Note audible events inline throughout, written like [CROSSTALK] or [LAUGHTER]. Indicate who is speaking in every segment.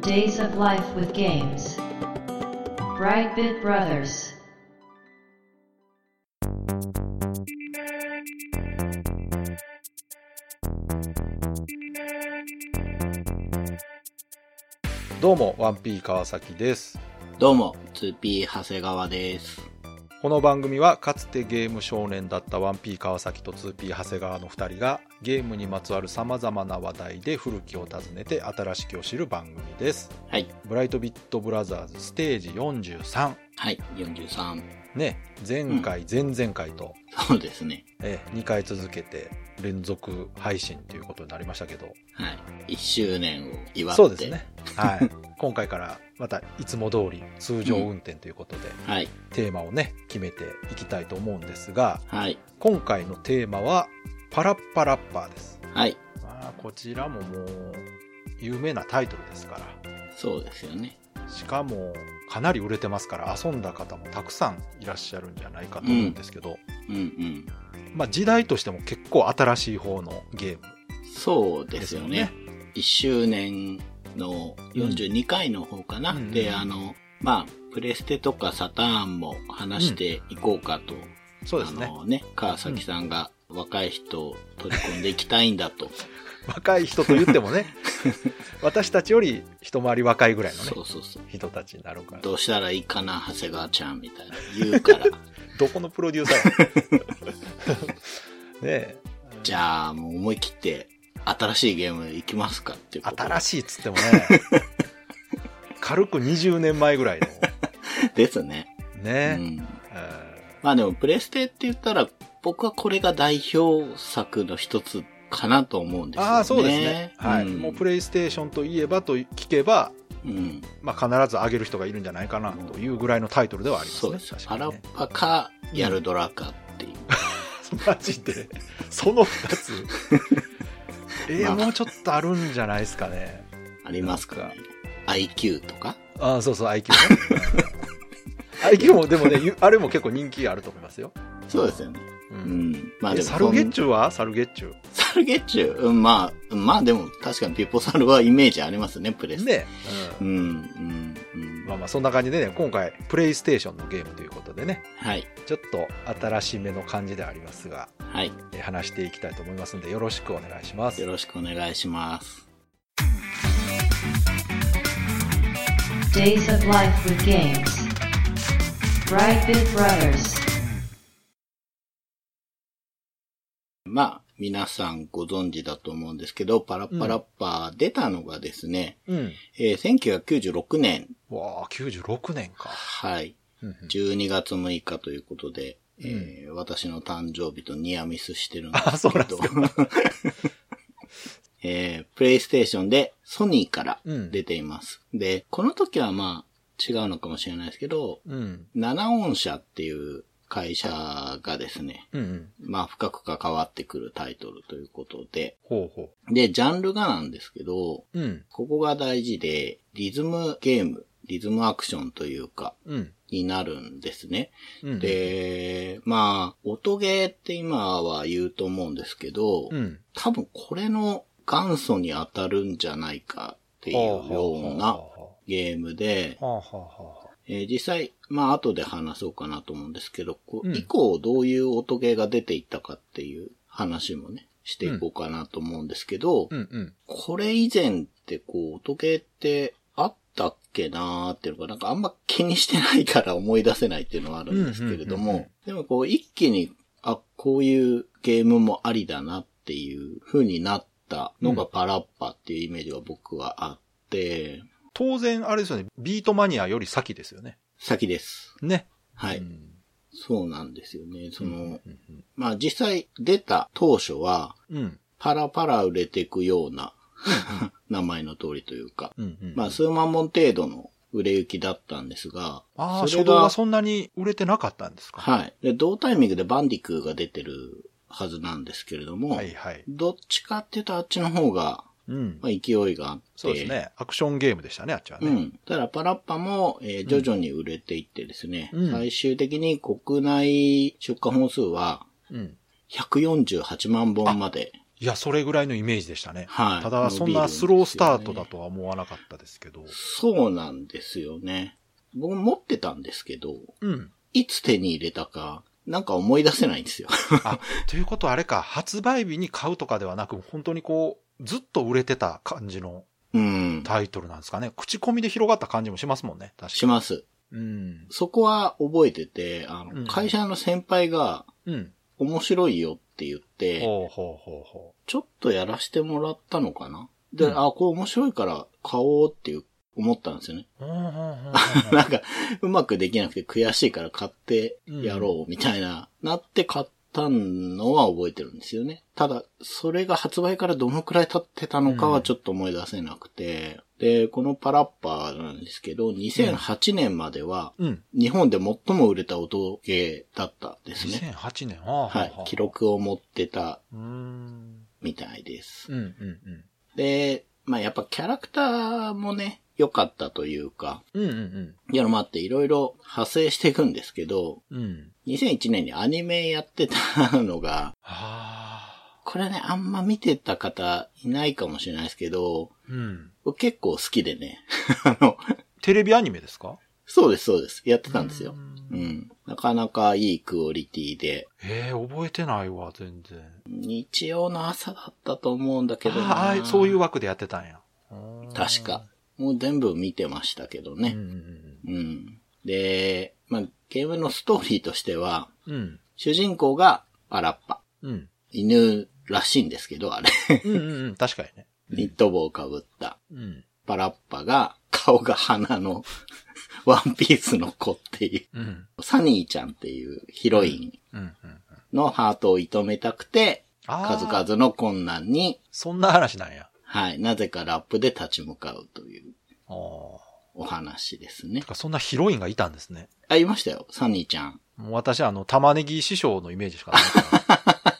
Speaker 1: Days of Life with Games. Brightbit Brothers.
Speaker 2: どうも、ワンピー川崎です。
Speaker 3: どうも、2P 長谷川です。
Speaker 2: この番組は、かつてゲーム少年だったワンピー川崎と 2P 長谷川の2人が、ゲームにまつわる様々な話題で古きを訪ねて新しきを知る番組です。
Speaker 3: はい。
Speaker 2: ブライトビットブラザーズステージ43。
Speaker 3: はい、43。
Speaker 2: ね、前回、前々回と、
Speaker 3: そうですね。
Speaker 2: え2回続けて連続配信ということになりましたけど、
Speaker 3: はい。1周年を祝って。
Speaker 2: そうです。ね。はい。今回から、またいつも通り通常運転ということで、
Speaker 3: はい。
Speaker 2: テーマをね、決めていきたいと思うんですが、
Speaker 3: はい。
Speaker 2: 今回のテーマはパラッパラッパーです、
Speaker 3: はい。
Speaker 2: まあ、こちらももう有名なタイトルですか
Speaker 3: そうですよね。
Speaker 2: らしかもかなり売れてますから遊んだ方もたくさんいらっしゃるんじゃないかと思うんですけど、
Speaker 3: うんうん。
Speaker 2: まあ、時代としても結構新しい方のゲーム
Speaker 3: そうですよ
Speaker 2: です
Speaker 3: ね。1周年の42回の方かな。
Speaker 2: うんう
Speaker 3: で、
Speaker 2: ん
Speaker 3: あの、まあ、プレステとかサターンも話していこうかと。
Speaker 2: そうです
Speaker 3: あ
Speaker 2: ね
Speaker 3: のね、川崎さんが若い人を取り込んでいきたいん
Speaker 2: [LAUGHS]
Speaker 3: だと。
Speaker 2: 若い人と言っても [LAUGHS] ね私たちより一回り若いぐらいのね
Speaker 3: そうそうそう。
Speaker 2: 人たちになるからど
Speaker 3: どうしたらいいかな、長谷川ちゃんみたいな言うから。
Speaker 2: このプロデューサーや [LAUGHS] ねえ
Speaker 3: じゃあ、もう思い切って、新しいゲーム行きますかっていうこと。
Speaker 2: 新
Speaker 3: し
Speaker 2: しいっつって
Speaker 3: [LAUGHS]
Speaker 2: もね軽く20年前ぐらいの
Speaker 3: い。ですね。う
Speaker 2: ね、
Speaker 3: ん。
Speaker 2: え
Speaker 3: まあでも、プレステって言ったら、僕はこれが代表作の一つかなと思う
Speaker 2: ー
Speaker 3: んですよね。
Speaker 2: ああそうですね、はい
Speaker 3: ん
Speaker 2: もうプレイステーションといえばと聞けば、
Speaker 3: うん。
Speaker 2: まあ、必ず上げる人がいるんじゃないかなというぐらいのタイトルではあります
Speaker 3: そう
Speaker 2: ね
Speaker 3: です。
Speaker 2: 確
Speaker 3: ア
Speaker 2: か
Speaker 3: ラ
Speaker 2: に
Speaker 3: ッ
Speaker 2: ね
Speaker 3: パか、やるドラかっていう。
Speaker 2: [LAUGHS] マジでその2つ
Speaker 3: [LAUGHS]
Speaker 2: えー
Speaker 3: まあ
Speaker 2: もうちょっとあるんじゃないですかね
Speaker 3: ありますからね。IQ とか
Speaker 2: ああそうそう IQ ね
Speaker 3: [LAUGHS]
Speaker 2: IQ もでもねゆあれも結構人気あると思いますよ、
Speaker 3: そうですよね。
Speaker 2: う
Speaker 3: うんん。まあ
Speaker 2: え
Speaker 3: でも。
Speaker 2: サルゲッチュはサルゲッチュ
Speaker 3: サルゲッチュ、うん、まあ、まあでも確かにピッポサルはイメージありますね、プレス。。
Speaker 2: ね、
Speaker 3: うん、うん、うん。
Speaker 2: まあまあそんな感じでね今回プレイステーションのゲームということでね
Speaker 3: はい、
Speaker 2: ちょっと新しめの感じではありますが
Speaker 3: はい。
Speaker 2: えー話していきたいと思いますんでよろしくお願いします
Speaker 3: よろしくお願いします。
Speaker 1: Days of Life with Games. Brightbit Brothers.
Speaker 3: まあ、皆さんご存知だと思うんですけど、パラッパラッパー出たのがですね、
Speaker 2: うん
Speaker 3: えー1996年、
Speaker 2: わあ96年か、
Speaker 3: はい、
Speaker 2: うんうん
Speaker 3: 12月6日ということで、えー私の誕生日とニアミスしてるんですけど。
Speaker 2: あそうなんです
Speaker 3: [LAUGHS] えープレイステーションでソニーから
Speaker 2: うん
Speaker 3: 出ています。で、この時はまあ違うのかもしれないですけど、
Speaker 2: うん、
Speaker 3: 七音社っていう会社がですね、
Speaker 2: うんうん
Speaker 3: まあ深く関わってくるタイトルということで、
Speaker 2: ほうほ
Speaker 3: で、ジャンルがなんですけど、
Speaker 2: ううん
Speaker 3: ここが大事で、リズムゲーム、リズムアクションというか、
Speaker 2: うん
Speaker 3: になるんですね。
Speaker 2: うん
Speaker 3: で、まあ、音ゲーって今は言うと思うんですけど、
Speaker 2: うん
Speaker 3: 多分これの元祖に当たるんじゃないかっていうような
Speaker 2: は
Speaker 3: ゲームで、
Speaker 2: あはあはあはあ
Speaker 3: えー実際、まあ後で話そうかなと思うんですけど、こう
Speaker 2: うん
Speaker 3: 以降どういう音ゲーが出ていったかっていう話もね、していこうかなと思うんですけど、
Speaker 2: うんうん
Speaker 3: これ以前ってこう音ゲーってあったっけなーっていうのがなんかあんま気にしてないから思い出せないっていうのはあるんですけれど
Speaker 2: うんうんうん
Speaker 3: も、でもこう一気に、あ、こういうゲームもありだなっていう風になったのがパラッパっていうイメージが僕はあって、
Speaker 2: 当然あれですよねビートマニアより先ですよね
Speaker 3: 先です。
Speaker 2: ね
Speaker 3: はい。
Speaker 2: うん
Speaker 3: そうなんですよね。その、
Speaker 2: うんうん
Speaker 3: まあ実際出た当初は、
Speaker 2: うん
Speaker 3: パラパラ売れていくような、 [LAUGHS] 名前の通りというか、
Speaker 2: うんうん
Speaker 3: まあ数万本程度の売れ行きだったんですが、
Speaker 2: ああ初
Speaker 3: それ
Speaker 2: 動
Speaker 3: が
Speaker 2: はそんなに売れてなかったんですか
Speaker 3: はい。で、同タイミングでバンディクーが出てるはずなんですけれども、
Speaker 2: はいはい
Speaker 3: どっちかっていうとあっちの方が、
Speaker 2: うん
Speaker 3: まあ、勢いがあって、
Speaker 2: そうですね。アクションゲームでしたね、あっちは
Speaker 3: う
Speaker 2: ね。
Speaker 3: ん。ただパラッパも、えー徐々に売れていってですね、
Speaker 2: うん
Speaker 3: 最終的に国内出荷本数は
Speaker 2: うん。
Speaker 3: 148万本まで
Speaker 2: いや、それぐらいのイメージでしたね。
Speaker 3: はい。
Speaker 2: ただ、そんなスロースタートだとは思わなかったですけど。
Speaker 3: そうなんですよね。僕持ってたんですけど、
Speaker 2: うん。
Speaker 3: いつ手に入れたか、なんか思い出せないんですよ。
Speaker 2: [LAUGHS] あ、ということはあれか、発売日に買うとかではなく、本当にこう、ずっと売れてた感じの
Speaker 3: うん。
Speaker 2: タイトルなんですかね。口コミで広がった感じもしますもんね。確かに。
Speaker 3: します。
Speaker 2: うん。
Speaker 3: そこは覚えてて、あ
Speaker 2: う
Speaker 3: の、
Speaker 2: ん
Speaker 3: 会社の先輩が
Speaker 2: うん。
Speaker 3: 面白いよって言って、
Speaker 2: ほうほうほうほ
Speaker 3: ちょっとやらしてもらったのかなで、
Speaker 2: うん
Speaker 3: あ、これ面白いから買おうっていう思ったんですよね。
Speaker 2: う。うんうんうんうん
Speaker 3: [LAUGHS] なんか、うまくできなくて悔しいから買ってやろうみたいな、なって買ったのは覚えてるんですよね。ただ、それが発売からどのくらい経ってたのかはちょっと思い出せなくて、で、このパラッパーなんですけど、2008年までは、
Speaker 2: うん。うん。
Speaker 3: 日本で最も売れた音ゲーだったですね。
Speaker 2: 2008年。は
Speaker 3: はい。記。録を持ってた
Speaker 2: うーん。
Speaker 3: みたいです
Speaker 2: うん。うん
Speaker 3: で、まあやっぱキャラクターもね、良かったというか、
Speaker 2: うん。うんうん
Speaker 3: いや、まあっていろいろ派生していくんですけど、
Speaker 2: うん。うん。
Speaker 3: 2001年にアニメやってたのが、
Speaker 2: ああ。
Speaker 3: これね、あんま見てた方いないかもしれないですけど、
Speaker 2: うん。
Speaker 3: 僕結構好きでね、 [LAUGHS] あの、
Speaker 2: テレビアニメですか
Speaker 3: そうです、そうです。やってたんですよ。う。
Speaker 2: うん
Speaker 3: なかなかいいクオリティで、
Speaker 2: ええ覚えてないわ、全然。
Speaker 3: 日曜の朝だったと思うんだけどな
Speaker 2: ああ、そういう枠でやってたんや。うん
Speaker 3: 確か。。もう全部見てましたけど
Speaker 2: うん
Speaker 3: ね。うん。で、まあ、ゲームのストーリーとしては、
Speaker 2: うんうん。うん。
Speaker 3: 主人公がアラッパ。 [LAUGHS]
Speaker 2: うん。
Speaker 3: 犬らしいんですけど、あれ。
Speaker 2: うんうんうん。確かにね。
Speaker 3: ニット帽をかぶった。
Speaker 2: うん。
Speaker 3: パラッパが、顔が鼻の、 [LAUGHS] ワンピースの子ってい
Speaker 2: うん。
Speaker 3: う、サニーちゃんっていうヒロイ
Speaker 2: うん。うん。
Speaker 3: ンのハートを射止めたくて、
Speaker 2: ああ。
Speaker 3: 数々の困難に、
Speaker 2: そんな話なんや。
Speaker 3: はい、なぜかラップで立ち向かうという
Speaker 2: ああ。
Speaker 3: お話ですね
Speaker 2: て。か、そんなヒロインがいたんですね。
Speaker 3: あ、いましたよ、サニーちゃん。
Speaker 2: もう私、あの、玉ねぎ師匠のイメージしかない
Speaker 3: [LAUGHS]
Speaker 2: から。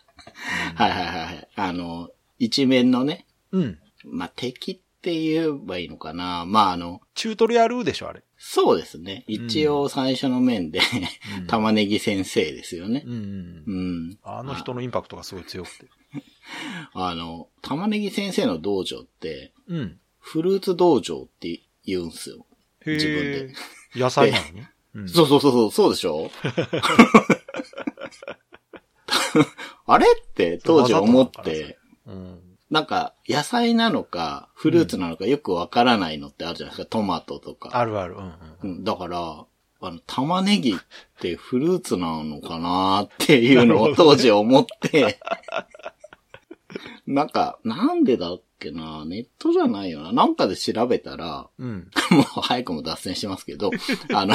Speaker 3: はいはいはいはい。あの、一面のね、
Speaker 2: うん。
Speaker 3: まあ、敵って言えばいいのかな。まあ、あの、
Speaker 2: チュートリアルでしょ、あれ。
Speaker 3: そうですね。一応最初の面で、
Speaker 2: うん
Speaker 3: 玉ねぎ先生ですよね
Speaker 2: う。んうん
Speaker 3: う。ん。
Speaker 2: あの人のインパクトがすごい強くて。
Speaker 3: あの、玉ねぎ先生の道場って、
Speaker 2: うん。
Speaker 3: フルーツ道場って言うんすよ。
Speaker 2: へ
Speaker 3: 自分
Speaker 2: え
Speaker 3: で。
Speaker 2: 野菜なのに。うん
Speaker 3: [LAUGHS] そうそうそうそう、そうでし
Speaker 2: [LAUGHS]
Speaker 3: ょあれって当時思
Speaker 2: わ
Speaker 3: っ
Speaker 2: ざとなのかな
Speaker 3: て、
Speaker 2: うん。
Speaker 3: なんか野菜なのかフルーツなのかよくわからないのってあるじゃないですか、トマトとか。
Speaker 2: あるある。うんうん。
Speaker 3: うんだから、あの、玉ねぎってフルーツなのかなっていうのを当時思って、 [LAUGHS] なんか、なんでだっけなネットじゃないよな。なんかで調べたら、 [LAUGHS]
Speaker 2: うん。
Speaker 3: もう早くも脱線してますけど、 [LAUGHS] あの、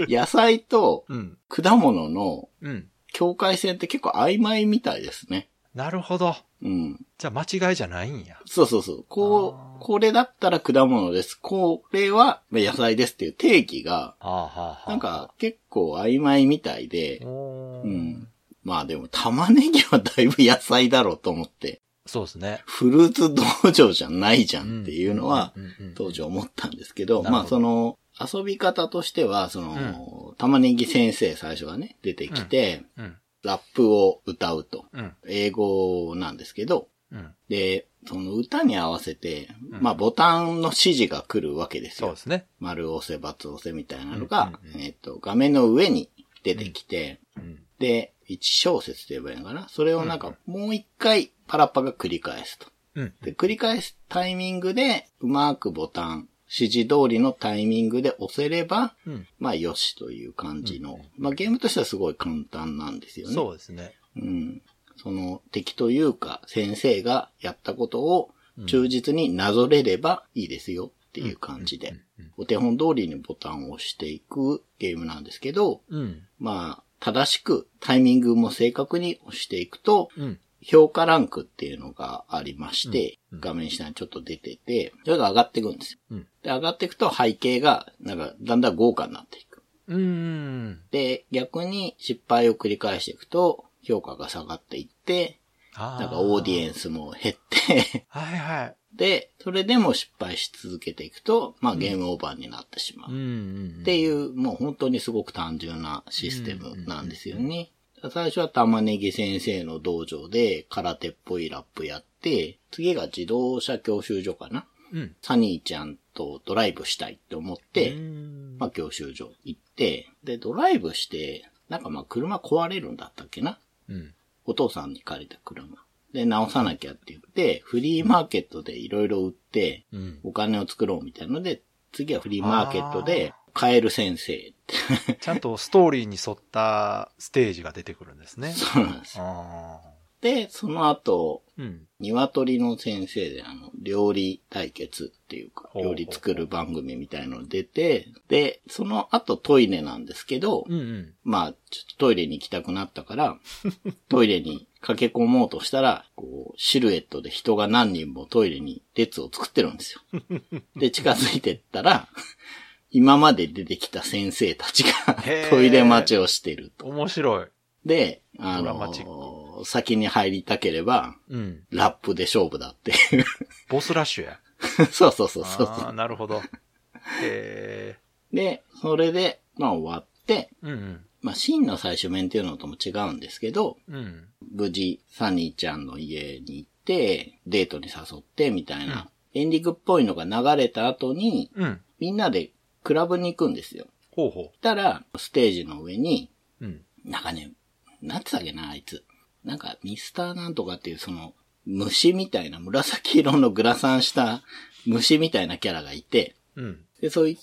Speaker 3: 野菜と
Speaker 2: うん。
Speaker 3: 果物の
Speaker 2: うん。
Speaker 3: 境界線って結構曖昧みたいですね。
Speaker 2: なるほど。
Speaker 3: うん。
Speaker 2: じゃあ間違いじゃないんや。
Speaker 3: そうそうそう。こ
Speaker 2: あー
Speaker 3: う、これだったら果物です。これはまあ野菜ですっていう定義が、
Speaker 2: はあはあ
Speaker 3: なん、か結構曖昧みたいで、
Speaker 2: おー
Speaker 3: うん。まあでも玉ねぎはだいぶ野菜だろうと思って、
Speaker 2: そうですね。
Speaker 3: フルーツ道場じゃないじゃんっていうのは
Speaker 2: うんうんうんうん
Speaker 3: 当時思ったんですけど、
Speaker 2: なるほど
Speaker 3: まあその遊び方としては、その、玉ねぎ先生最初がね、出てきて、
Speaker 2: うん。
Speaker 3: ラップを歌うと。
Speaker 2: うん。
Speaker 3: 英語なんですけど、
Speaker 2: うん。
Speaker 3: で、その歌に合わせて、
Speaker 2: うん
Speaker 3: まあボタンの指示が来るわけです
Speaker 2: そう
Speaker 3: よ
Speaker 2: で。すね。
Speaker 3: 丸押せ、×押せみたいなのが、
Speaker 2: うんうんうん
Speaker 3: えっと、画面の上に出てきて、
Speaker 2: うん。
Speaker 3: で、1小節と言えばいいのかなそれをなんか、もう一回、パラッパが繰り返すと。
Speaker 2: うん。
Speaker 3: で、繰り返すタイミングで、うまくボタン、指示通りのタイミングで押せれば、
Speaker 2: うん。
Speaker 3: まあ、よしという感じの
Speaker 2: うんうん。
Speaker 3: まあ、ゲームとしてはすごい簡単なんですよね。
Speaker 2: そうですね。
Speaker 3: う。ん。その、敵というか、先生がやったことを、忠実になぞれればいいですよっていう感じで。お手本通りにボタンを押していくゲームなんですけど、
Speaker 2: うん。
Speaker 3: まあ、正しくタイミングも正確に押していくと、
Speaker 2: うん。
Speaker 3: 評価ランクっていうのがありまして、
Speaker 2: うんうん
Speaker 3: 画面下にちょっと出てて、それが上がっていくんですよ。
Speaker 2: うん
Speaker 3: で、上がっていくと背景が、なんか、だんだん豪華になっていく。
Speaker 2: うん。
Speaker 3: で、逆に失敗を繰り返していくと、評価が下がっていって、
Speaker 2: あ
Speaker 3: なんかオーディエ
Speaker 2: ン
Speaker 3: ンスも減って、 [LAUGHS]
Speaker 2: ス。はいはい。
Speaker 3: で、それでも失敗し続けていくと、まあゲームオーバーになってしまう。
Speaker 2: うん。
Speaker 3: って
Speaker 2: う
Speaker 3: い
Speaker 2: ん。
Speaker 3: う、もう本当にすごく単純なシステムなんですよね。最初は玉ねぎ先生の道場で空手っぽいラップやって、次が自動車教習所かな
Speaker 2: うん。
Speaker 3: サニーちゃんとドライブしたいって思っ
Speaker 2: う
Speaker 3: て、
Speaker 2: ん
Speaker 3: まあ教習所行って、で、ドライブして、なんかまあ車壊れるんだったっけな
Speaker 2: うん。
Speaker 3: お父さんに借りた車。で、直さなきゃって言って、フリーマーケットでいろいろ売って、
Speaker 2: うん。
Speaker 3: お金を作ろうみたいので、次はフリーマーケットで、カエル先生って。
Speaker 2: ちゃんとストーリーに沿ったステージが出てくるんですね。
Speaker 3: そうなんですよ。
Speaker 2: ああ。
Speaker 3: で、その後、
Speaker 2: うん。
Speaker 3: 鶏の先生で、あの、料理対決っていうか、
Speaker 2: ほうほう
Speaker 3: 料理作る番組みたいの出て、で、その後トイレなんですけど、
Speaker 2: うんうん。
Speaker 3: まあ、ちょっとトイレに行きたくなっ
Speaker 2: [LAUGHS]
Speaker 3: たから、トイレに駆け込もうとしたら、こう、シルエットで人が何人もトイレに列を作ってるんですよ。で、近づいてったら、今まで出てきた先生たちが
Speaker 2: へー
Speaker 3: トイレ待ちをしてると。
Speaker 2: 面白い。
Speaker 3: で、あ
Speaker 2: ドラマチッ
Speaker 3: の、先に入りたければ、
Speaker 2: うん。
Speaker 3: ラップで勝負だって [LAUGHS] いう。
Speaker 2: ボスラッシュや。
Speaker 3: そうそうそうそう
Speaker 2: あ
Speaker 3: そ
Speaker 2: あ、なるほど。え
Speaker 3: う。で、それで、まあ終わって、
Speaker 2: ー、うん
Speaker 3: まあ真の最終面っていうのとも違うんですけど、
Speaker 2: うん。うん。
Speaker 3: 無事、サニーちゃんの家に行って、デートに誘って、みたいな、エンディングっぽいのが流れた後に、
Speaker 2: うん。
Speaker 3: みんなでクラブに行くんですよ。
Speaker 2: ほうほ
Speaker 3: したら、ステージの上に、
Speaker 2: う。うん。
Speaker 3: なんかね、なんつったっけな、あいつ。なんか、ミスターなんとかっていう、その、虫みたいな、紫色のグラサンした虫みたいなキャラがいて、
Speaker 2: うん。
Speaker 3: で、そい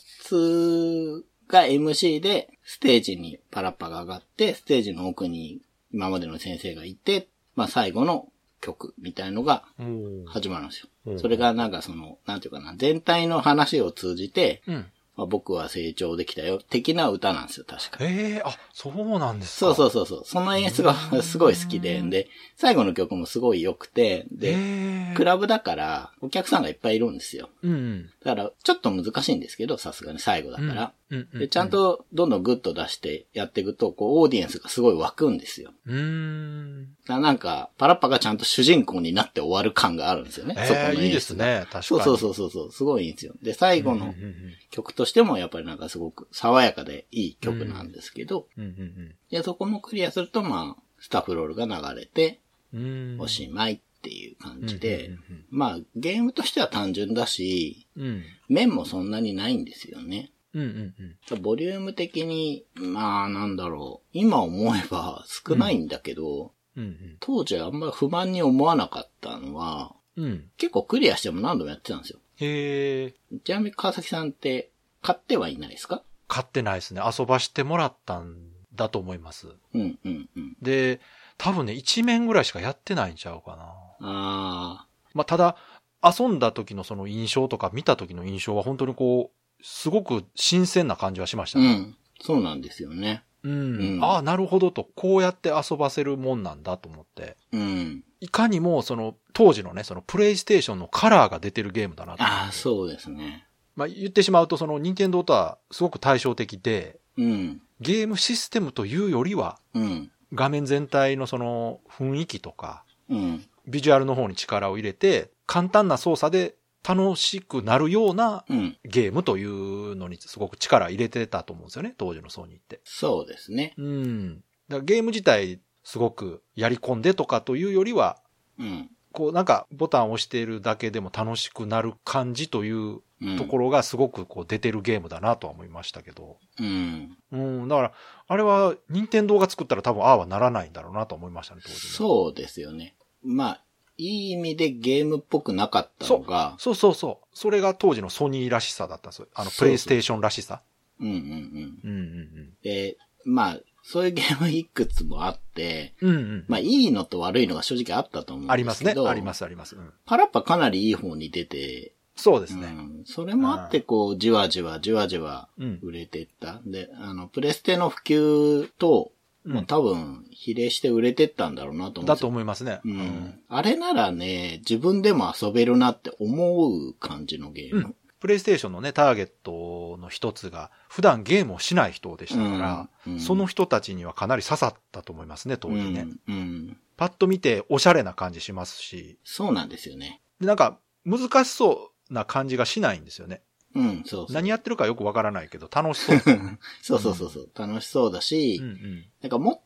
Speaker 3: つが MC で、ステージにパラッパが上がって、ステージの奥に今までの先生がいて、まあ最後の曲みたいのが
Speaker 2: おー
Speaker 3: 始まるんです
Speaker 2: うん
Speaker 3: よ。それがなんかその、なんていうかな、全体の話を通じて、
Speaker 2: うん。
Speaker 3: まあ、僕は成長できたよ、的な歌なんですよ、確か。
Speaker 2: ええー、あ、そうなんですか。。
Speaker 3: そうそううそうそう。その演出がすごい好きで、で、最後の曲もすごい良く
Speaker 2: え
Speaker 3: て、で、
Speaker 2: ー、
Speaker 3: クラブだから、お客さんがいっぱいいるんですよ。
Speaker 2: うんうん。
Speaker 3: だから、ちょっと難しいんですけど、さすがに最後だから。
Speaker 2: うんうん。
Speaker 3: で、ちゃんとどんどんグッと出してやっていくと、こう、オーディエンスがすごい湧くんですよ。
Speaker 2: うーん。
Speaker 3: だからなんか、パラッパがちゃんと主人公になって終わる感があるんですよね。そこの
Speaker 2: ええー、いいです
Speaker 3: 演出が。
Speaker 2: ね。確かに。
Speaker 3: そうそうそうそうそう、すごいいいんですよ。で、最後
Speaker 2: うん
Speaker 3: の
Speaker 2: うんうん
Speaker 3: 曲としても、やっぱりなんかすごく爽やかでいい曲なんですけど、
Speaker 2: うんうん
Speaker 3: で、そこもクリアすると、まあ、スタッフロールが流れて、
Speaker 2: うん。うーん。
Speaker 3: おしまいっていう感じ
Speaker 2: う
Speaker 3: で
Speaker 2: んうんうん、
Speaker 3: まあ、ゲームとしては単純だし、
Speaker 2: うん。
Speaker 3: 面もそんなにないんですよね。
Speaker 2: うんうんうん。
Speaker 3: ボリューム的に、まあなんだろう。今思えば少ないんだけど、
Speaker 2: うん
Speaker 3: 当時はあんまり不満に思わなかったのは、
Speaker 2: うん。うん。
Speaker 3: 結構クリアしても何度もやってたんですよ。
Speaker 2: へえ。
Speaker 3: ちなみに川崎さんって買ってはいないですか
Speaker 2: 買ってないですね。遊ばしてもらったんだと思います。
Speaker 3: うんうんうん。
Speaker 2: で、多分ね、1面ぐらいしかやってないんちゃうかな。
Speaker 3: あ
Speaker 2: まあ、ただ、遊んだ時のその印象とか見た時の印象は本当にこう、すごく新鮮な感じはしました
Speaker 3: あ、う
Speaker 2: ね。
Speaker 3: ん。そうなんですよね。
Speaker 2: うん。
Speaker 3: うん
Speaker 2: ああ、なるほどと、こうやって遊ばせるもんなんだと思って。
Speaker 3: うん。
Speaker 2: いかにも、その、当時のね、その、プレイステーションのカラーが出てるゲームだなと。
Speaker 3: ああ、そうですね。
Speaker 2: まあ、言ってしまうと、その、任天堂とはすごく対照的で、
Speaker 3: うん。
Speaker 2: ゲームシステムというよりは、
Speaker 3: うん。
Speaker 2: 画面全体のその、雰囲気とか、
Speaker 3: うん。
Speaker 2: ビジュアルの方に力を入れて、簡単な操作で楽しくなるような
Speaker 3: うん。
Speaker 2: ゲームというのにすごく力入れてたと思うんですよね、当時のソニーって。
Speaker 3: そうですね。
Speaker 2: うん。だからゲーム自体すごくやり込んでとかというよりは、
Speaker 3: うん。
Speaker 2: こうなんかボタンを押しているだけでも楽しくなる感じという
Speaker 3: うん、
Speaker 2: ところがすごくこう出てるゲームだなとは思いましたけど。
Speaker 3: うん。
Speaker 2: うん、だから、あれは任天堂が作ったら多分ああはならないんだろうなと思いましたね、当時ね
Speaker 3: そうですよね。まあ、いい意味でゲームっぽくなかったのが、
Speaker 2: そうそうそう。それが当時のソニーらしさだったんですよ。あの、
Speaker 3: そうそう
Speaker 2: プレイステーションらしさ。
Speaker 3: うんうんうん。
Speaker 2: うんうん
Speaker 3: で、まあ、そういうゲームいくつもあって、
Speaker 2: うん。うんうん。
Speaker 3: まあ、いいのと悪いのが正直あったと思うんですけど。
Speaker 2: ありますね。ありますあります。うん、
Speaker 3: パラッパかなりいい方に出て、
Speaker 2: そうで
Speaker 3: う
Speaker 2: すね。
Speaker 3: ん、それもあって、こう、じわじわ、じわじわ、
Speaker 2: うん。
Speaker 3: 売れてった。で、あの、プレステの普及と、
Speaker 2: うん
Speaker 3: もう多分、比例して売れてったんだろうなと思うん
Speaker 2: だ
Speaker 3: です
Speaker 2: と
Speaker 3: よ。
Speaker 2: 思いますね。
Speaker 3: うん。あれならね、自分でも遊べるなって思う感じのゲーム。
Speaker 2: プレイステーションのね、ターゲットの一つが、普段ゲームをしない人でしたから、
Speaker 3: うんうん
Speaker 2: その人たちにはかなり刺さったと思いますね、当時ね。
Speaker 3: うん。うん。
Speaker 2: パッと見ておしゃれな感じしますし、
Speaker 3: そうなんですよね。
Speaker 2: でなんか難しそうな感じがしないんですよね。
Speaker 3: うん、そうそう。
Speaker 2: 何やってるか
Speaker 3: [LAUGHS]
Speaker 2: よくわからないけど、楽しそう。
Speaker 3: そうそうそうそう。楽しそうだし、
Speaker 2: うんうん
Speaker 3: なんかもっ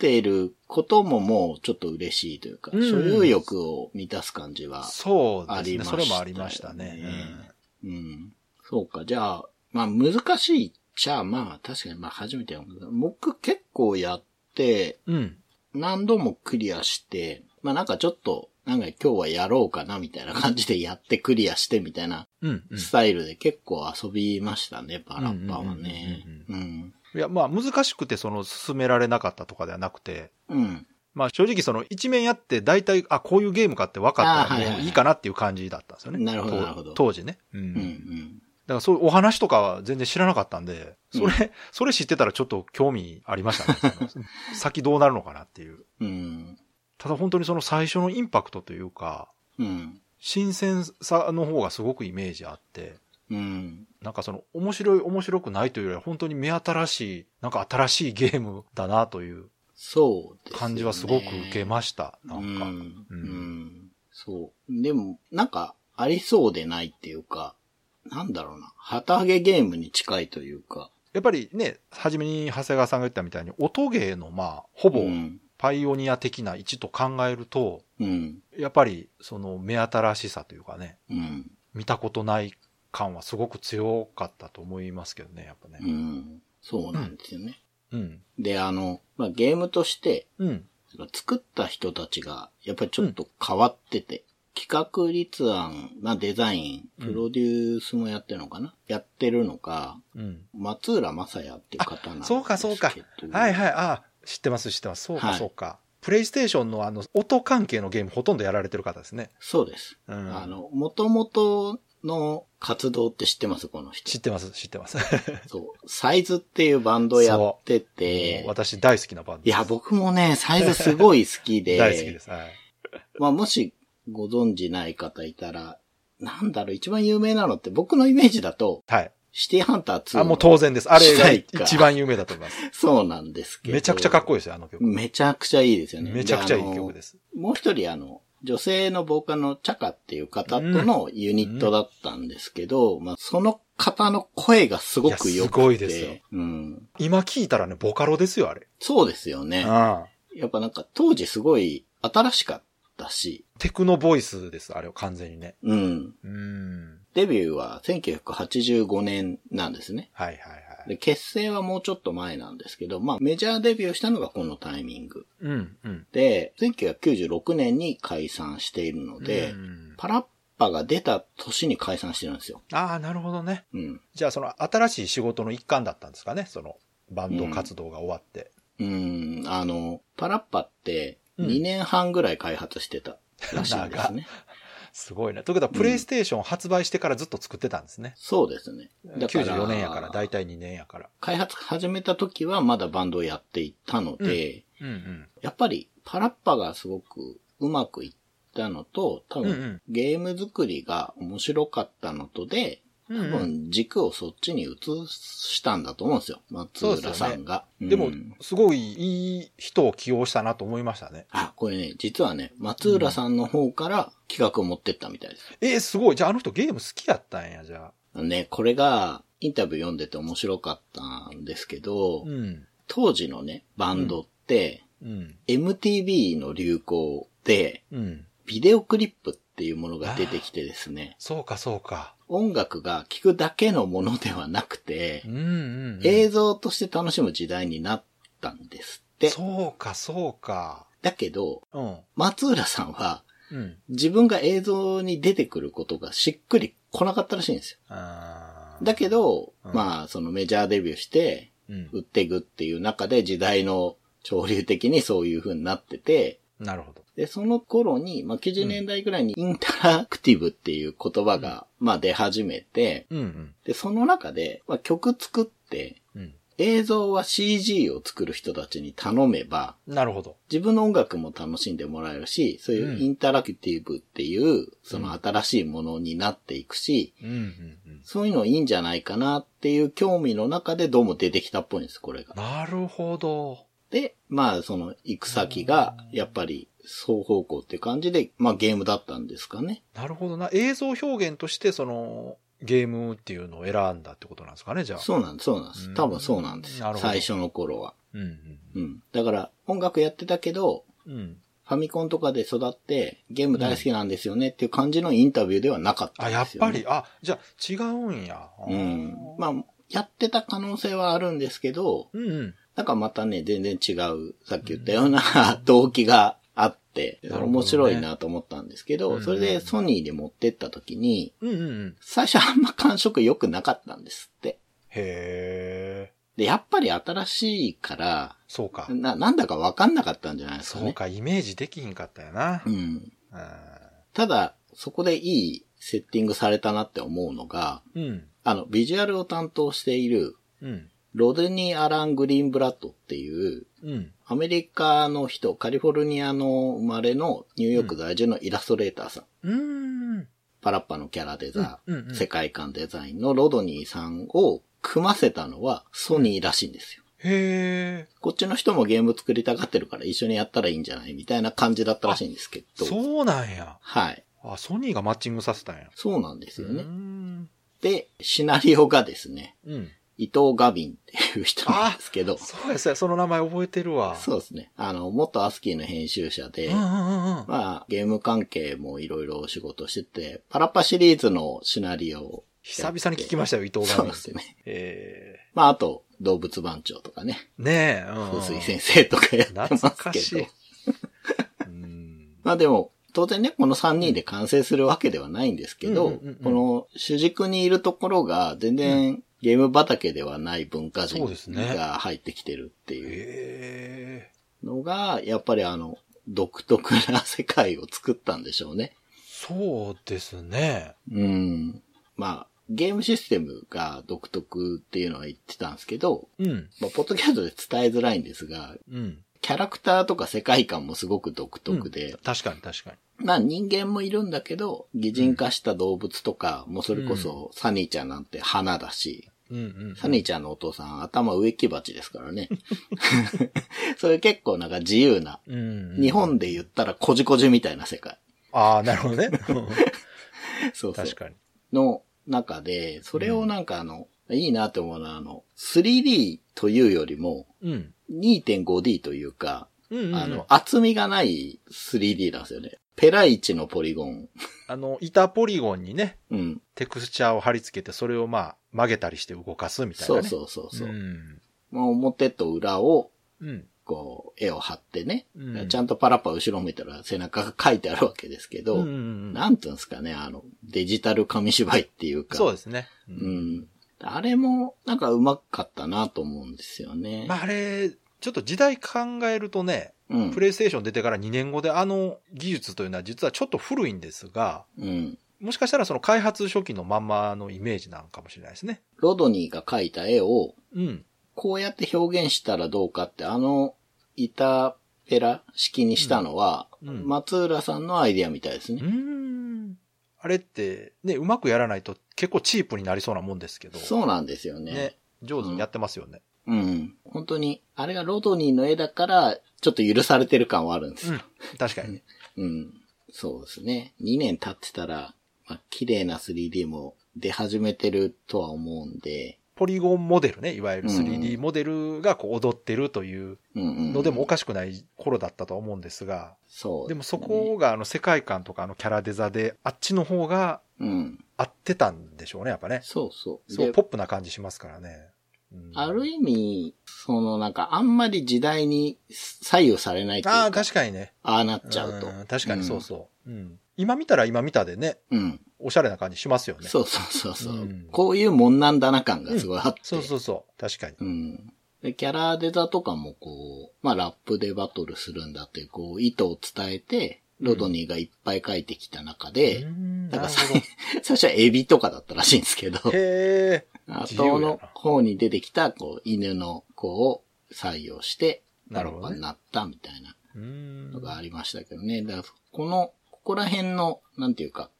Speaker 3: ってることももうちょっと嬉しいというか、
Speaker 2: うん
Speaker 3: 所有欲を満たす感じは。
Speaker 2: そう
Speaker 3: あ
Speaker 2: ですね。
Speaker 3: りました
Speaker 2: それもありましたね。
Speaker 3: ねうん。そうか、じゃあ、まあ難しいっちゃ、まあ確かにまあ初めてやるけど僕結構やって、
Speaker 2: うん。うん
Speaker 3: 何度もクリアして、まあなんかちょっと、なんか今日はやろうかなみたいな感じでやってクリアしてみたいな
Speaker 2: うん。うん
Speaker 3: スタイルで結構遊びましたね、パラッパはね。
Speaker 2: う
Speaker 3: うん。
Speaker 2: いや、まあ難しくてその進められなかったとかではなくて、
Speaker 3: うん。
Speaker 2: まあ正直その一面やって大体、あ、こういうゲームかって分かった
Speaker 3: あー
Speaker 2: ら
Speaker 3: はいはい
Speaker 2: も
Speaker 3: は
Speaker 2: う
Speaker 3: い
Speaker 2: いいかなっていう感じだったんですよね。
Speaker 3: なるほど
Speaker 2: と
Speaker 3: なるほど
Speaker 2: 当時ね。うん。
Speaker 3: うん。う
Speaker 2: だ
Speaker 3: ん。
Speaker 2: からそういうお話とかは全然知らなかったんで、それ、
Speaker 3: う
Speaker 2: それ知ってたらちょっと興味ありましたね。その
Speaker 3: [LAUGHS]
Speaker 2: 先どうなるのかなっていう。
Speaker 3: うん。
Speaker 2: ただ本当にその最初のインパクトというか、
Speaker 3: うん。
Speaker 2: 新鮮さの方がすごくイメージあって、
Speaker 3: うん。
Speaker 2: なんかその面白い面白くないというよりは本当に目新しい、なんか新しいゲームだなという
Speaker 3: そうです、ね。
Speaker 2: 感じはすごく受けました。なんか。
Speaker 3: うん。
Speaker 2: う
Speaker 3: う
Speaker 2: ん
Speaker 3: ん。そう。でも、なんか、ありそうでないっていうか、なんだろうな。旗揚げゲームに近いというか。
Speaker 2: やっぱりね、初めに長谷川さんが言ったみたいに、音ゲーのまあ、ほぼ
Speaker 3: うん。
Speaker 2: パイオニア的な位置と考えると、
Speaker 3: うん。
Speaker 2: やっぱりその目新しさというかね、
Speaker 3: うん。
Speaker 2: 見たことない感はすごく強かったと思いますけどね、やっぱ
Speaker 3: う
Speaker 2: ね。
Speaker 3: ん。そうなんですよね。
Speaker 2: うん。
Speaker 3: で、あの、まあ、ゲームとして、
Speaker 2: うん。
Speaker 3: 作った人たちが、やっぱりちょっと変わってて、企画立案、まあ、デザイン、プロデュースもやってるのかな、やってるのが、
Speaker 2: うん。
Speaker 3: 松浦正也っていう方なんですけど。。
Speaker 2: そうかそうか。はいはいい。あ、知ってます知ってます。そうか
Speaker 3: はい
Speaker 2: そうか。プレイステーションのあの、音関係のゲームほとんどやられてる方ですね。
Speaker 3: そうです。
Speaker 2: うん
Speaker 3: あの、もともとの活動って知ってますこの人。
Speaker 2: 知ってます知ってます。
Speaker 3: そう。サイズっていうバンドやって
Speaker 2: も
Speaker 3: て
Speaker 2: う、 [LAUGHS] 私大好きなバンド
Speaker 3: い
Speaker 2: です。
Speaker 3: や、僕もね、サイズすごい好きで、
Speaker 2: [LAUGHS] 大好きです。はい。
Speaker 3: まあ、もしご存知ない方いたら、なんだろう、一番有名なのって僕のイメージだと、
Speaker 2: はい。
Speaker 3: シティハンター2の。
Speaker 2: あ、もう当然です。あれが
Speaker 3: 主題歌
Speaker 2: 一番有名だと思い
Speaker 3: [LAUGHS]
Speaker 2: ます。
Speaker 3: そうなんですけど。
Speaker 2: めちゃくちゃかっこいい
Speaker 3: いい。
Speaker 2: ですよ、あの曲。
Speaker 3: めちゃくちゃいいですよね。
Speaker 2: めちゃくちゃいい曲
Speaker 3: で
Speaker 2: です。
Speaker 3: あのもう一人あの、女性のボーカルのチャカっていう方とのユニットだったんですけど、まあ、その方の声がすごく良くて。
Speaker 2: いやすごいですよ
Speaker 3: うん。
Speaker 2: 今聞いたらね、ボカロですよ、あれ。
Speaker 3: そうですよね。
Speaker 2: ああ
Speaker 3: やっぱなんか当時すごい新しかったし、
Speaker 2: テクノボイスです、あれは完全にね。
Speaker 3: うん。
Speaker 2: うん。
Speaker 3: デビューは1985年なんですね。
Speaker 2: はいはいはい。
Speaker 3: で、結成はもうちょっと前なんですけど、まあメジャーデビューしたのがこのタイミング。
Speaker 2: うん、うん。
Speaker 3: で、1996年に解散しているので、
Speaker 2: うん
Speaker 3: パラッパが出た年に解散してるんですよ。
Speaker 2: ああ、なるほどね。
Speaker 3: うん。
Speaker 2: じゃあ、その新しい仕事の一環だったんですかね、その、バンド活動が終わって。
Speaker 3: うん、あの、パラッパって
Speaker 2: うん
Speaker 3: 2年半ぐらい開発してたらしいんですね。
Speaker 2: すごいね。ということは、プレイステーション発売してからずっと作ってたんですね。
Speaker 3: そうですね。
Speaker 2: 94年やから、だいたい2年やから。
Speaker 3: 開発始めた時はまだバンドをやっていたので、
Speaker 2: うんうん。
Speaker 3: やっぱりパラッパがすごくうまくいったのと、多分、
Speaker 2: うんうん
Speaker 3: ゲーム作りが面白かったのとで、
Speaker 2: う
Speaker 3: 多
Speaker 2: んうん
Speaker 3: 分軸をそっちに移したんだと思うんですよ。松浦さんが。
Speaker 2: でも
Speaker 3: うん、
Speaker 2: すごいいい人を起用したなと思いましたね。
Speaker 3: あ、これね、実はね、松浦さんの方から企画を持ってったみたいです。
Speaker 2: えー、すごい。じゃあ、あの人ゲーム好きやったんや、じゃあ。
Speaker 3: ね、これがインタビュー読んでて面白かったんですけど、
Speaker 2: うん。
Speaker 3: 当時のね、バンドって、
Speaker 2: うん。
Speaker 3: MTV の流行で、
Speaker 2: うん。
Speaker 3: ビデオクリップっていうものが出てきてですね、
Speaker 2: そうか、そうか。
Speaker 3: 音楽が聴くだけのものではなくて
Speaker 2: う、んうん、うん。
Speaker 3: 映像として楽しむ時代になったんですって。
Speaker 2: そうか、そうか。
Speaker 3: だけど、
Speaker 2: うん。
Speaker 3: 松浦さんは
Speaker 2: うん。
Speaker 3: 自分が映像に出てくることがしっくり来なかったらしいんですよ。
Speaker 2: あー
Speaker 3: だけ、ど、
Speaker 2: うん
Speaker 3: まあ、そのメジャーデビューして、
Speaker 2: うん
Speaker 3: 売。っていくっていう中で時代の潮流的にそういう風になってて、
Speaker 2: なるほど。
Speaker 3: で、その頃に、まあ、90年代ぐらいにインタラクティブっていう言葉が、まあ、出始めて、
Speaker 2: うんうん。
Speaker 3: で、その中で、まあ、曲作って、
Speaker 2: うん。
Speaker 3: 映像は CG を作る人たちに頼めば、
Speaker 2: なるほど。
Speaker 3: 自分の音楽も楽しんでもらえるし、そういうインタラクティブっていう、その新しいものになっていくし、
Speaker 2: うんうんうん。
Speaker 3: そういうのいいんじゃないかなっていう興味の中でどうも出てきたっぽいんです、これが。
Speaker 2: なるほど。
Speaker 3: で、まあ、その、行く先が、やっぱり、双方向っていう感じで、まあ、ゲームだったんですかね。
Speaker 2: なるほどな。映像表現として、その、ゲームっていうのを選んだってことなんですかね、じゃあ。
Speaker 3: そうなんです、そうなんです。多分そうなんです
Speaker 2: なる。ほど
Speaker 3: 最初の頃は。
Speaker 2: う。うん
Speaker 3: うん。だから、音楽やってたけど、
Speaker 2: うん。うん。
Speaker 3: ファミコンとかで育って、ゲーム大好きなんですよねっていう感じのインタビューではなかった
Speaker 2: あ、
Speaker 3: ん
Speaker 2: や
Speaker 3: で
Speaker 2: っ
Speaker 3: すよ、
Speaker 2: ぱ
Speaker 3: ね。
Speaker 2: り、あ、じゃあ違うんや。あー
Speaker 3: うん。まあ、やってた可能性はあるんですけど、
Speaker 2: うんうん。
Speaker 3: なんかまたね、全然違う、さっき言ったような [LAUGHS] 動機があって、
Speaker 2: なるほどね
Speaker 3: 面白いなと思ったんですけ
Speaker 2: うん
Speaker 3: ど、
Speaker 2: うん
Speaker 3: それでソニーで持ってった時に、
Speaker 2: うんうんうん。
Speaker 3: 最初あんま感触良くなかったんですって。
Speaker 2: へえ。
Speaker 3: で、やっぱり新しいから、
Speaker 2: そうか。
Speaker 3: な、なんだか分かんなかったんじゃないですかね。
Speaker 2: そうか、イメージできひんかったよな。
Speaker 3: うん。ただ、そこでいいセッティングされたなって思うのが、
Speaker 2: うん。うん。
Speaker 3: あの、ビジュアルを担当している、
Speaker 2: うん。
Speaker 3: ロデニー・アラン・グリーンブラッドっていう、
Speaker 2: うん。
Speaker 3: アメリカの人、カリフォルニアの生まれのニューヨーク在住のイラストレーターさん。
Speaker 2: うーん。
Speaker 3: パラッパのキャラデザ、
Speaker 2: うんうんうん
Speaker 3: 世界観デザインのロドニーさんを組ませたのはソニーらしいんですよ。
Speaker 2: へえ。
Speaker 3: こっちの人もゲーム作りたがってるから一緒にやったらいいんじゃないみたいな感じだったらしいんですけど。
Speaker 2: そうなんや。
Speaker 3: はい。
Speaker 2: あ、ソニーがマッチングさせたんや。
Speaker 3: そうなんです
Speaker 2: う
Speaker 3: よ
Speaker 2: ー
Speaker 3: ね。
Speaker 2: ん。
Speaker 3: で、シナリオがですね、
Speaker 2: うん。
Speaker 3: 伊藤ガビンっていう人なんですけど、
Speaker 2: そうや、そうや、その名前覚えてるわ。
Speaker 3: そうですね。あの、元アスキーの編集者で、
Speaker 2: うんうんうんうん。
Speaker 3: まあ、ゲーム関係もいろいろお仕事してて、パラッパシリーズのシナリオを
Speaker 2: 久々に聞きましたよ、伊藤
Speaker 3: そ
Speaker 2: が
Speaker 3: うで。すね。
Speaker 2: え
Speaker 3: まあ、あと、動物番長とかね、
Speaker 2: ー、ねえ、うん。
Speaker 3: 風水先生とかやってますけど。
Speaker 2: 懐かしい。 [LAUGHS] うん。
Speaker 3: まあでも、当然ね、この3人で完成するわけではないんですけ
Speaker 2: うんう
Speaker 3: ど
Speaker 2: んうんうん、
Speaker 3: この主軸にいるところが全然ゲーム畑ではない文化人
Speaker 2: そうですね
Speaker 3: が入ってきてるっていう
Speaker 2: えー、
Speaker 3: のが、やっぱりあの、独特な世界を作ったんでしょうね。
Speaker 2: そうですね。
Speaker 3: うん。まあ、ゲームシステムが独特っていうのは言ってたんですけど、
Speaker 2: うん。
Speaker 3: まあ、ポッドキャストで伝えづらいんですが、
Speaker 2: うん。
Speaker 3: キャラクターとか世界観もすごく独特で、
Speaker 2: 確かに確かに。
Speaker 3: まあ人間もいるんだけど、擬人化した動物とか、もうそれこそサニーちゃんなんて花だし、
Speaker 2: うんうん。
Speaker 3: サニーちゃんのお父さん頭植木鉢ですからね。 [LAUGHS] そういう結構なんか自由な、
Speaker 2: うんうん
Speaker 3: 日本で言ったらこじこじみたいな世界。
Speaker 2: ああ、なるほどね。 [LAUGHS]
Speaker 3: そうそう
Speaker 2: 確。かに。
Speaker 3: の中で、それをなんかあの、いいなって思うのはあの、3D というよりも、
Speaker 2: うん。
Speaker 3: 2.5D というか、
Speaker 2: うんうんうん、
Speaker 3: あの、厚みがない 3D なんですよね。ペライチのポリゴン。
Speaker 2: あの、板ポリゴンにね、
Speaker 3: うん。
Speaker 2: テクスチャーを貼り付けて、それをまあ、曲げたりして動かすみたいな、
Speaker 3: そ
Speaker 2: ね。
Speaker 3: うそうそうそう。
Speaker 2: ん。
Speaker 3: まあ、表と裏を、
Speaker 2: うん。
Speaker 3: こう、絵を貼ってね、
Speaker 2: うん
Speaker 3: ちゃんとパラパ後ろ見たら背中が書いてあるわけですけど、
Speaker 2: うんうんうん
Speaker 3: なんていうんですかね、あの、デジタル紙芝居っていうか。
Speaker 2: そうですね。う
Speaker 3: う。ん。あれも、なんかうまかったなと思うんですよね。
Speaker 2: まあ、あれ、ちょっと時代考えるとね、
Speaker 3: うん
Speaker 2: プ。レイステーション出てから2年後であの技術というのは実はちょっと古いんですが、
Speaker 3: うん。
Speaker 2: もしかしたらその開発初期のまんまのイメージなんかもしれないですね。
Speaker 3: ロドニーが描いた絵を、
Speaker 2: うん。
Speaker 3: こうやって表現したらどうかって、あの、板ペラ式にしたの
Speaker 2: うんう
Speaker 3: は、
Speaker 2: ん
Speaker 3: 松浦さんのアイデアみたいです
Speaker 2: うー
Speaker 3: ね。
Speaker 2: ん。あれって、ね、うまくやらないと結構チープになりそうなもんですけど。
Speaker 3: そうなんですよね。
Speaker 2: ね。上手にやってますよね。
Speaker 3: うん。本当に、あれがロドニーの絵だから、ちょっと許されてる感はあるんです
Speaker 2: う
Speaker 3: よ
Speaker 2: ん。確かにね。
Speaker 3: うん。そうですね。2年経ってたら、まあ、綺麗な 3D も出始めてるとは思うんで、
Speaker 2: ポリゴンモデルね、いわゆる
Speaker 3: うん
Speaker 2: 3D モデルがこう踊ってるという
Speaker 3: うんうん。
Speaker 2: のでもおかしくない頃だったとは思うんですが、
Speaker 3: そう
Speaker 2: です
Speaker 3: ね、
Speaker 2: もそこがあの世界観とかあのキャラデザで、あっちの方が
Speaker 3: うん。
Speaker 2: 合ってたんでしょうね、やっぱね。
Speaker 3: そうそう。
Speaker 2: そう、
Speaker 3: で
Speaker 2: ポップな感じしますからね。うん
Speaker 3: ある意味、そのなんか、あんまり時代に左右されないという
Speaker 2: あ
Speaker 3: か、
Speaker 2: あ、確かにね。
Speaker 3: ああなっちゃうと
Speaker 2: ん。確かにそうそう、うん。今見たら今見たでね、
Speaker 3: うん。うん。
Speaker 2: おしゃれな感じしますよね。
Speaker 3: そうそうそうそう、
Speaker 2: うん
Speaker 3: こういうもんなんだな感がすごいあって。
Speaker 2: そうそうそう。確かに。
Speaker 3: うん。で、キャラデザとかもこう、まあラップでバトルするんだって、こう、意図を伝えて、ロドニーがいっぱい書いてきた中で、
Speaker 2: うん
Speaker 3: な
Speaker 2: な
Speaker 3: んか
Speaker 2: る
Speaker 3: さ
Speaker 2: ほど。
Speaker 3: 最初はエビとかだったらしいんですけど、 [LAUGHS]
Speaker 2: へえ。自由や
Speaker 3: 後
Speaker 2: な
Speaker 3: の方に出てきた、こう、犬の子を採用して、
Speaker 2: な
Speaker 3: パ
Speaker 2: る
Speaker 3: ラ
Speaker 2: ほ
Speaker 3: パ
Speaker 2: どね
Speaker 3: になったみたいな
Speaker 2: うん
Speaker 3: のがありましたけどね。だから、この、ここら辺の、なんていうか、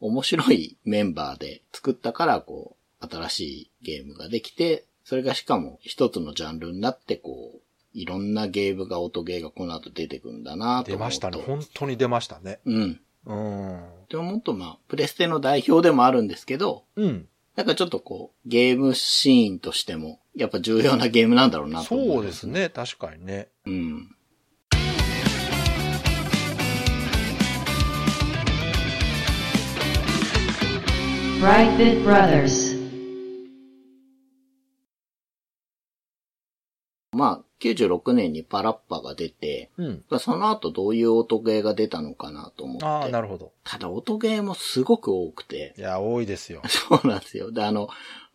Speaker 3: 面白いメンバーで作ったから、こう、新しいゲームができて、それがしかも一つのジャンルになって、こう、いろんなゲームが、音ゲーがこの後出てくるんだなと思うと。
Speaker 2: 出ましたね。本当に出ましたね。
Speaker 3: うん。
Speaker 2: うん。
Speaker 3: でももっとまあ、プレステの代表でもあるんですけど、
Speaker 2: うん。
Speaker 3: なんかちょっとこう、ゲームシーンとしても、やっぱ重要なゲームなんだろうなと思います
Speaker 2: そうです。ね。確かにね。
Speaker 3: うん。
Speaker 1: Brightbit Brothers.
Speaker 3: まあ、96年にパラッパが出て、
Speaker 2: うん。
Speaker 3: その後どういう音ゲーが出たのかなと思
Speaker 2: あ
Speaker 3: っ
Speaker 2: あ、
Speaker 3: て。
Speaker 2: なるほど。
Speaker 3: ただ音ゲーもすごく多くて、 [LAUGHS]
Speaker 2: いや、多いですよ。
Speaker 3: そうなんですよ。で、あの、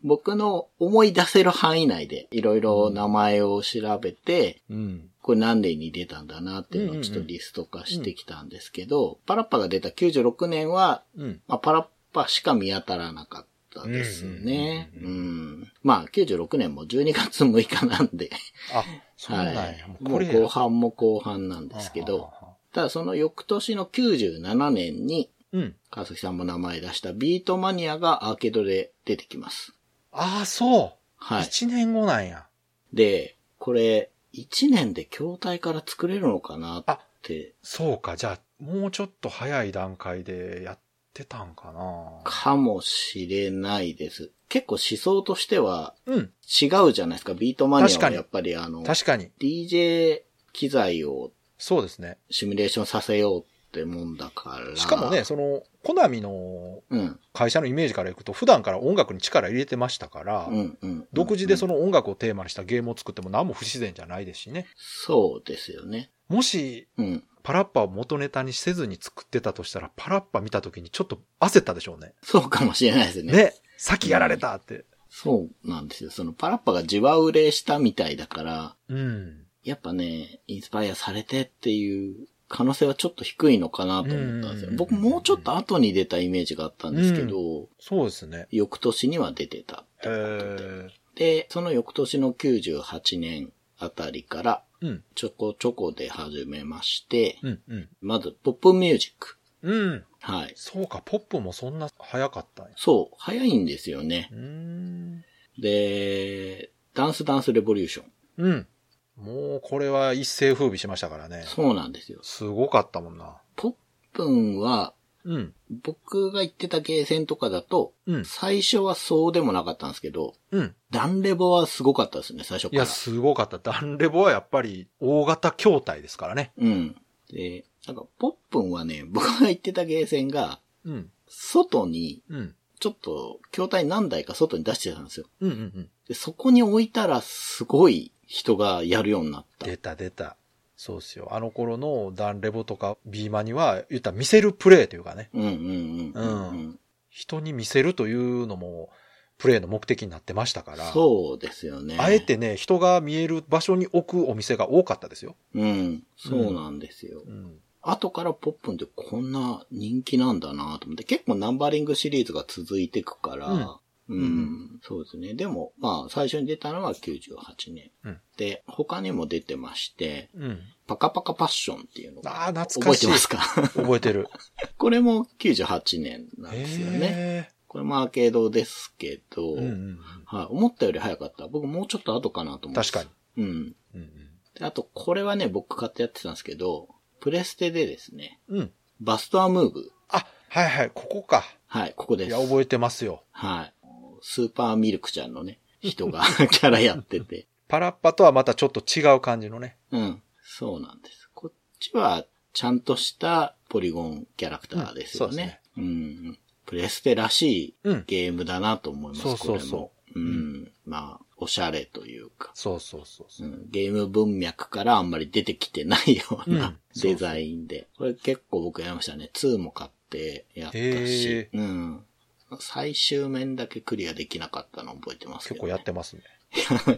Speaker 3: 僕の思い出せる範囲内でいろいろ名前を調べて、
Speaker 2: うん。
Speaker 3: これ何年に出たんだなっていうのをちょっとリスト化してきたんですけど、パラッパが出た96年は、
Speaker 2: うん。
Speaker 3: まあ、パラッパしか見当たらなかったですね。
Speaker 2: うん
Speaker 3: う
Speaker 2: うんうん
Speaker 3: ん。まあ、96年も12月6日なんで、
Speaker 2: あ、そうなんや。
Speaker 3: はい。
Speaker 2: も
Speaker 3: も
Speaker 2: うこ
Speaker 3: う
Speaker 2: れや
Speaker 3: 後半も後半なんですけ
Speaker 2: は
Speaker 3: ど
Speaker 2: は、はは
Speaker 3: ただその翌年の97年に、
Speaker 2: うん。
Speaker 3: 川崎さんも名前出したビートマニアがアーケードで出てきます。
Speaker 2: ああ、そ
Speaker 3: は
Speaker 2: う。
Speaker 3: い。
Speaker 2: 一、年後なんや。
Speaker 3: で、これ、1年で筐体から作れるのかなって、
Speaker 2: そうか。じゃあ、もうちょっと早い段階でやってたんかな。
Speaker 3: かもしれないです。結構思想としては
Speaker 2: うん。
Speaker 3: 違うじゃないですか。ビートマニア
Speaker 2: 確か
Speaker 3: は
Speaker 2: に
Speaker 3: やっぱりあの、
Speaker 2: 確かに。
Speaker 3: DJ 機材を
Speaker 2: そうですね。
Speaker 3: シミュレーションさせようってもんだから。
Speaker 2: しかもね、その、コナミの
Speaker 3: うん、
Speaker 2: 会社のイメージからいくと、普段から音楽に力入れてましたから、
Speaker 3: うん、うん。
Speaker 2: 独自で
Speaker 3: うん
Speaker 2: その音楽をテーマにしたゲームを作っても何も不自然じゃないですしね。
Speaker 3: そうですよね。
Speaker 2: もし、
Speaker 3: うん。
Speaker 2: パラッパを元ネタにせずに作ってたとしたら、パラッパ見た時にちょっと焦ったでしょうね。
Speaker 3: そうかもしれないですね。
Speaker 2: ね。先やられたって。
Speaker 3: そうなんですよ。そのパラッパが地場売れしたみたいだから、
Speaker 2: うん。
Speaker 3: やっぱね、インスパイアされてっていう可能性はちょっと低いのかなと思ったんですよ
Speaker 2: う。ん
Speaker 3: 僕もうちょっと後に出たイメージがあったんですけど、
Speaker 2: そうですね。
Speaker 3: 翌年には出てたっ
Speaker 2: へ
Speaker 3: てことで。
Speaker 2: ー
Speaker 3: で、その翌年の98年あたりから、
Speaker 2: うん。
Speaker 3: ちょこちょこで始めまして、
Speaker 2: うん。うん。
Speaker 3: まず、ポップミュージック。
Speaker 2: うん。
Speaker 3: はい。
Speaker 2: そうか、ポップもそんな早かったんや。
Speaker 3: そう、早いんですよね
Speaker 2: う。ーん。
Speaker 3: で、ダンスダンスレボリューション。
Speaker 2: うん。もうこれは一世風靡しましたからね。
Speaker 3: そうなんですよ。
Speaker 2: すごかったもんな。
Speaker 3: ポップンは、
Speaker 2: うん。
Speaker 3: 僕が行ってたゲーセンとかだと、
Speaker 2: うん。
Speaker 3: 最初はそうでもなかったんですけど、
Speaker 2: うん。
Speaker 3: ダンレボはすごかったですね、最初
Speaker 2: い
Speaker 3: か
Speaker 2: や、
Speaker 3: ら。
Speaker 2: すごかった。ダンレボはやっぱり大型筐体ですからね。
Speaker 3: うん。で、なんか、ポップンはね、僕が行ってたゲーセンが、
Speaker 2: うん。
Speaker 3: 外に、
Speaker 2: うん。
Speaker 3: ちょっと、筐体何台か外に出してたんですよ。
Speaker 2: うんうんうん。
Speaker 3: で、そこに置いたら、すごい人がやるようになった。
Speaker 2: 出た出た。そうっすよ。あの頃のダンレボとかビーマニは、言ったら見せるプレイというかね。
Speaker 3: うんうんうんうん、うん
Speaker 2: 人に見せるというのも、プレイの目的になってましたから。
Speaker 3: そうですよね。
Speaker 2: あえ。てね、人が見える場所に置くお店が多かったですよ。
Speaker 3: うん。そうなんですよ。
Speaker 2: うん。
Speaker 3: 後からポップンってこんな人気なんだなと思って、結構ナンバリングシリーズが続いてくから、
Speaker 2: うん
Speaker 3: うんそうですね。でも、まあ、最初に出たのは98年。
Speaker 2: うん
Speaker 3: で、他にも出てまして、
Speaker 2: うん。
Speaker 3: パカパカパッションっていうのが
Speaker 2: ああ、懐
Speaker 3: 覚
Speaker 2: か
Speaker 3: え
Speaker 2: してい。
Speaker 3: ますか
Speaker 2: 覚えて
Speaker 3: [LAUGHS]
Speaker 2: る。
Speaker 3: これも98年なんですよね。
Speaker 2: へ
Speaker 3: これもアーケードですけど、
Speaker 2: え。うんうん
Speaker 3: はい、思ったより早かった。僕もうちょっと後かなと
Speaker 2: うん。
Speaker 3: 思って。
Speaker 2: 確かに。。
Speaker 3: うん。
Speaker 2: うん
Speaker 3: であと、これはね、僕買ってやってたんですけど、プレステでですね、
Speaker 2: うん。うん。
Speaker 3: バストアムーブ。
Speaker 2: あ、はいはい、ここか。
Speaker 3: はい、ここで
Speaker 2: い
Speaker 3: す。
Speaker 2: や、覚えてますよ。
Speaker 3: はい。スーパーミルクちゃんのね、人が [LAUGHS] キャラやってて。
Speaker 2: パラッパとはまたちょっと違う感じのね。
Speaker 3: うん。そうなんです。こっちは、ちゃんとしたポリゴンキャラクターですよね。うん。プレステらし
Speaker 2: うん
Speaker 3: いゲームだなと思います、
Speaker 2: そうそうそう
Speaker 3: これも。うん。まあ、おしゃれというか、
Speaker 2: そうそうそうそうう。
Speaker 3: んゲーム文脈からあんまり出てきてないよう
Speaker 2: うん
Speaker 3: な [LAUGHS] デザインで。これ結構僕やりましたね。2も買ってやったし
Speaker 2: へ。
Speaker 3: うん。最終面だけクリアできなかったの覚えてますけ
Speaker 2: 結
Speaker 3: ど、ね。
Speaker 2: 構やってますね。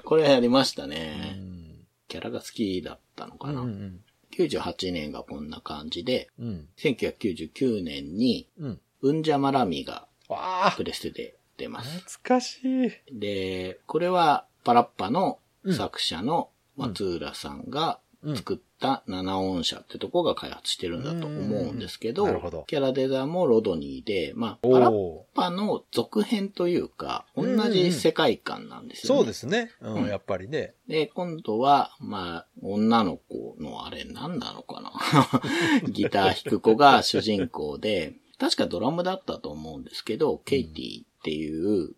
Speaker 3: これやりました
Speaker 2: う
Speaker 3: ね。
Speaker 2: ん。
Speaker 3: キャラが好きだったの
Speaker 2: う
Speaker 3: か
Speaker 2: ん
Speaker 3: な。
Speaker 2: うん
Speaker 3: 98年がこんな感じで、
Speaker 2: うん。うん。
Speaker 3: 1999年に、
Speaker 2: うん。
Speaker 3: うんじゃまラミが
Speaker 2: わあ
Speaker 3: プレステで出ます。
Speaker 2: 懐かしい。
Speaker 3: で、これはパラッパの
Speaker 2: うん
Speaker 3: 作者の松浦さんが
Speaker 2: うん。
Speaker 3: 作っった七音社ってとこが開発してるんだと思うんですけど、
Speaker 2: うんうんうんなるほど
Speaker 3: キャラデザもロドニーで、まあ、
Speaker 2: お
Speaker 3: パ
Speaker 2: ー
Speaker 3: ラッパの続編というか、同じ世界観なんですよね。
Speaker 2: そうですね。うん、
Speaker 3: うん
Speaker 2: やっぱりね。
Speaker 3: で、今度は、まあ、女の子のあれ何なの
Speaker 2: [LAUGHS]
Speaker 3: かなギター弾く子が主人公で、確かドラムだったと思うんですけど、ケイティっていう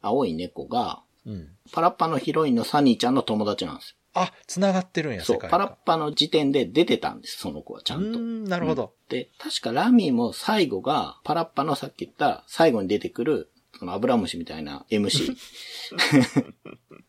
Speaker 3: 青い猫が、
Speaker 2: うん。
Speaker 3: パラッパのヒロインのサニーちゃんの友達なんです
Speaker 2: あ、繋がってるんや、
Speaker 3: よ。そ
Speaker 2: 世
Speaker 3: う、
Speaker 2: 界
Speaker 3: パラッパの時点で出てたんです、その子はちゃ
Speaker 2: うん
Speaker 3: と。
Speaker 2: ん、なるほど。
Speaker 3: で、確かラミーも最後が、パラッパのさっき言った最後に出てくる、そのアブラムシみたいな MC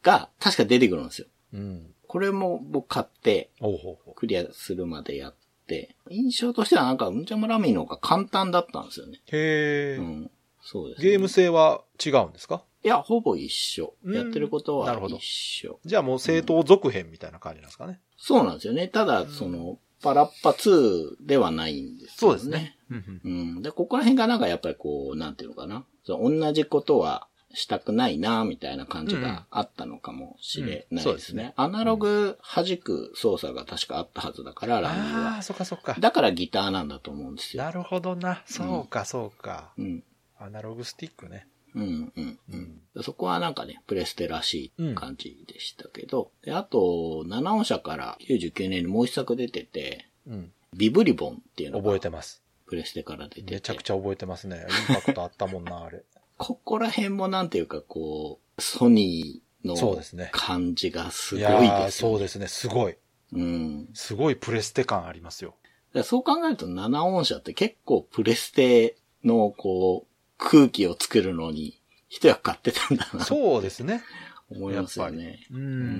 Speaker 3: が、確か出てくるんですよ。
Speaker 2: うん。
Speaker 3: これも僕買って、
Speaker 2: おうほうほ
Speaker 3: クリアするまでやって、印象としてはなんか、うんちゃむラミーの方が簡単だったんですよね。
Speaker 2: う。へえ、
Speaker 3: うん。そうです、ね。
Speaker 2: ゲーム性は違うんですか
Speaker 3: いや、ほぼ一緒。
Speaker 2: うん
Speaker 3: やってること
Speaker 2: な
Speaker 3: は
Speaker 2: るほど
Speaker 3: 一緒。
Speaker 2: じゃあもう正当続編みたいな感じなんですかね。
Speaker 3: そうなんですよね。ただ、その、パラッパ2ではないんですよね。。
Speaker 2: うん
Speaker 3: うん。で、ここら辺がなんかやっぱりこう、なんていうのかな。その同じことはしたくないな、みたいな感じがあったのかもしれない
Speaker 2: うんうんそう
Speaker 3: で
Speaker 2: ですすね
Speaker 3: ね。アナログ弾く操作が確かあったはずだから、ラミー
Speaker 2: あ
Speaker 3: は。
Speaker 2: あ、そっかそっか。
Speaker 3: だからギターなんだと思うんですよ。
Speaker 2: なるほどな。そうか、そうか。
Speaker 3: うん。
Speaker 2: アナログスティックね。
Speaker 3: うん、うん、
Speaker 2: う
Speaker 3: うんん。そこはなんかね、プレステらしい感じでしたけど、であと、七音社から99年にもう一作出てて、
Speaker 2: うん。
Speaker 3: ビブリボンっていうのが
Speaker 2: 覚えてます。
Speaker 3: プレステから出てて、
Speaker 2: めちゃくちゃ覚えてますね。インパクトあったもんな、あ [LAUGHS] れ。
Speaker 3: ここら辺もなんていうかこう、ソニーの
Speaker 2: そうですね
Speaker 3: 感じがす
Speaker 2: い
Speaker 3: ごい
Speaker 2: やー
Speaker 3: ですよ
Speaker 2: そうですね。すごい。
Speaker 3: うん。だか
Speaker 2: すごいプレステ感あります [LAUGHS] よ。
Speaker 3: らそう考えると七音社って結構プレステのこう、空気を作るのに一役買ってたんだなと
Speaker 2: そうですね。
Speaker 3: 思いますよ
Speaker 2: やっ
Speaker 3: ね。
Speaker 2: う。
Speaker 3: うん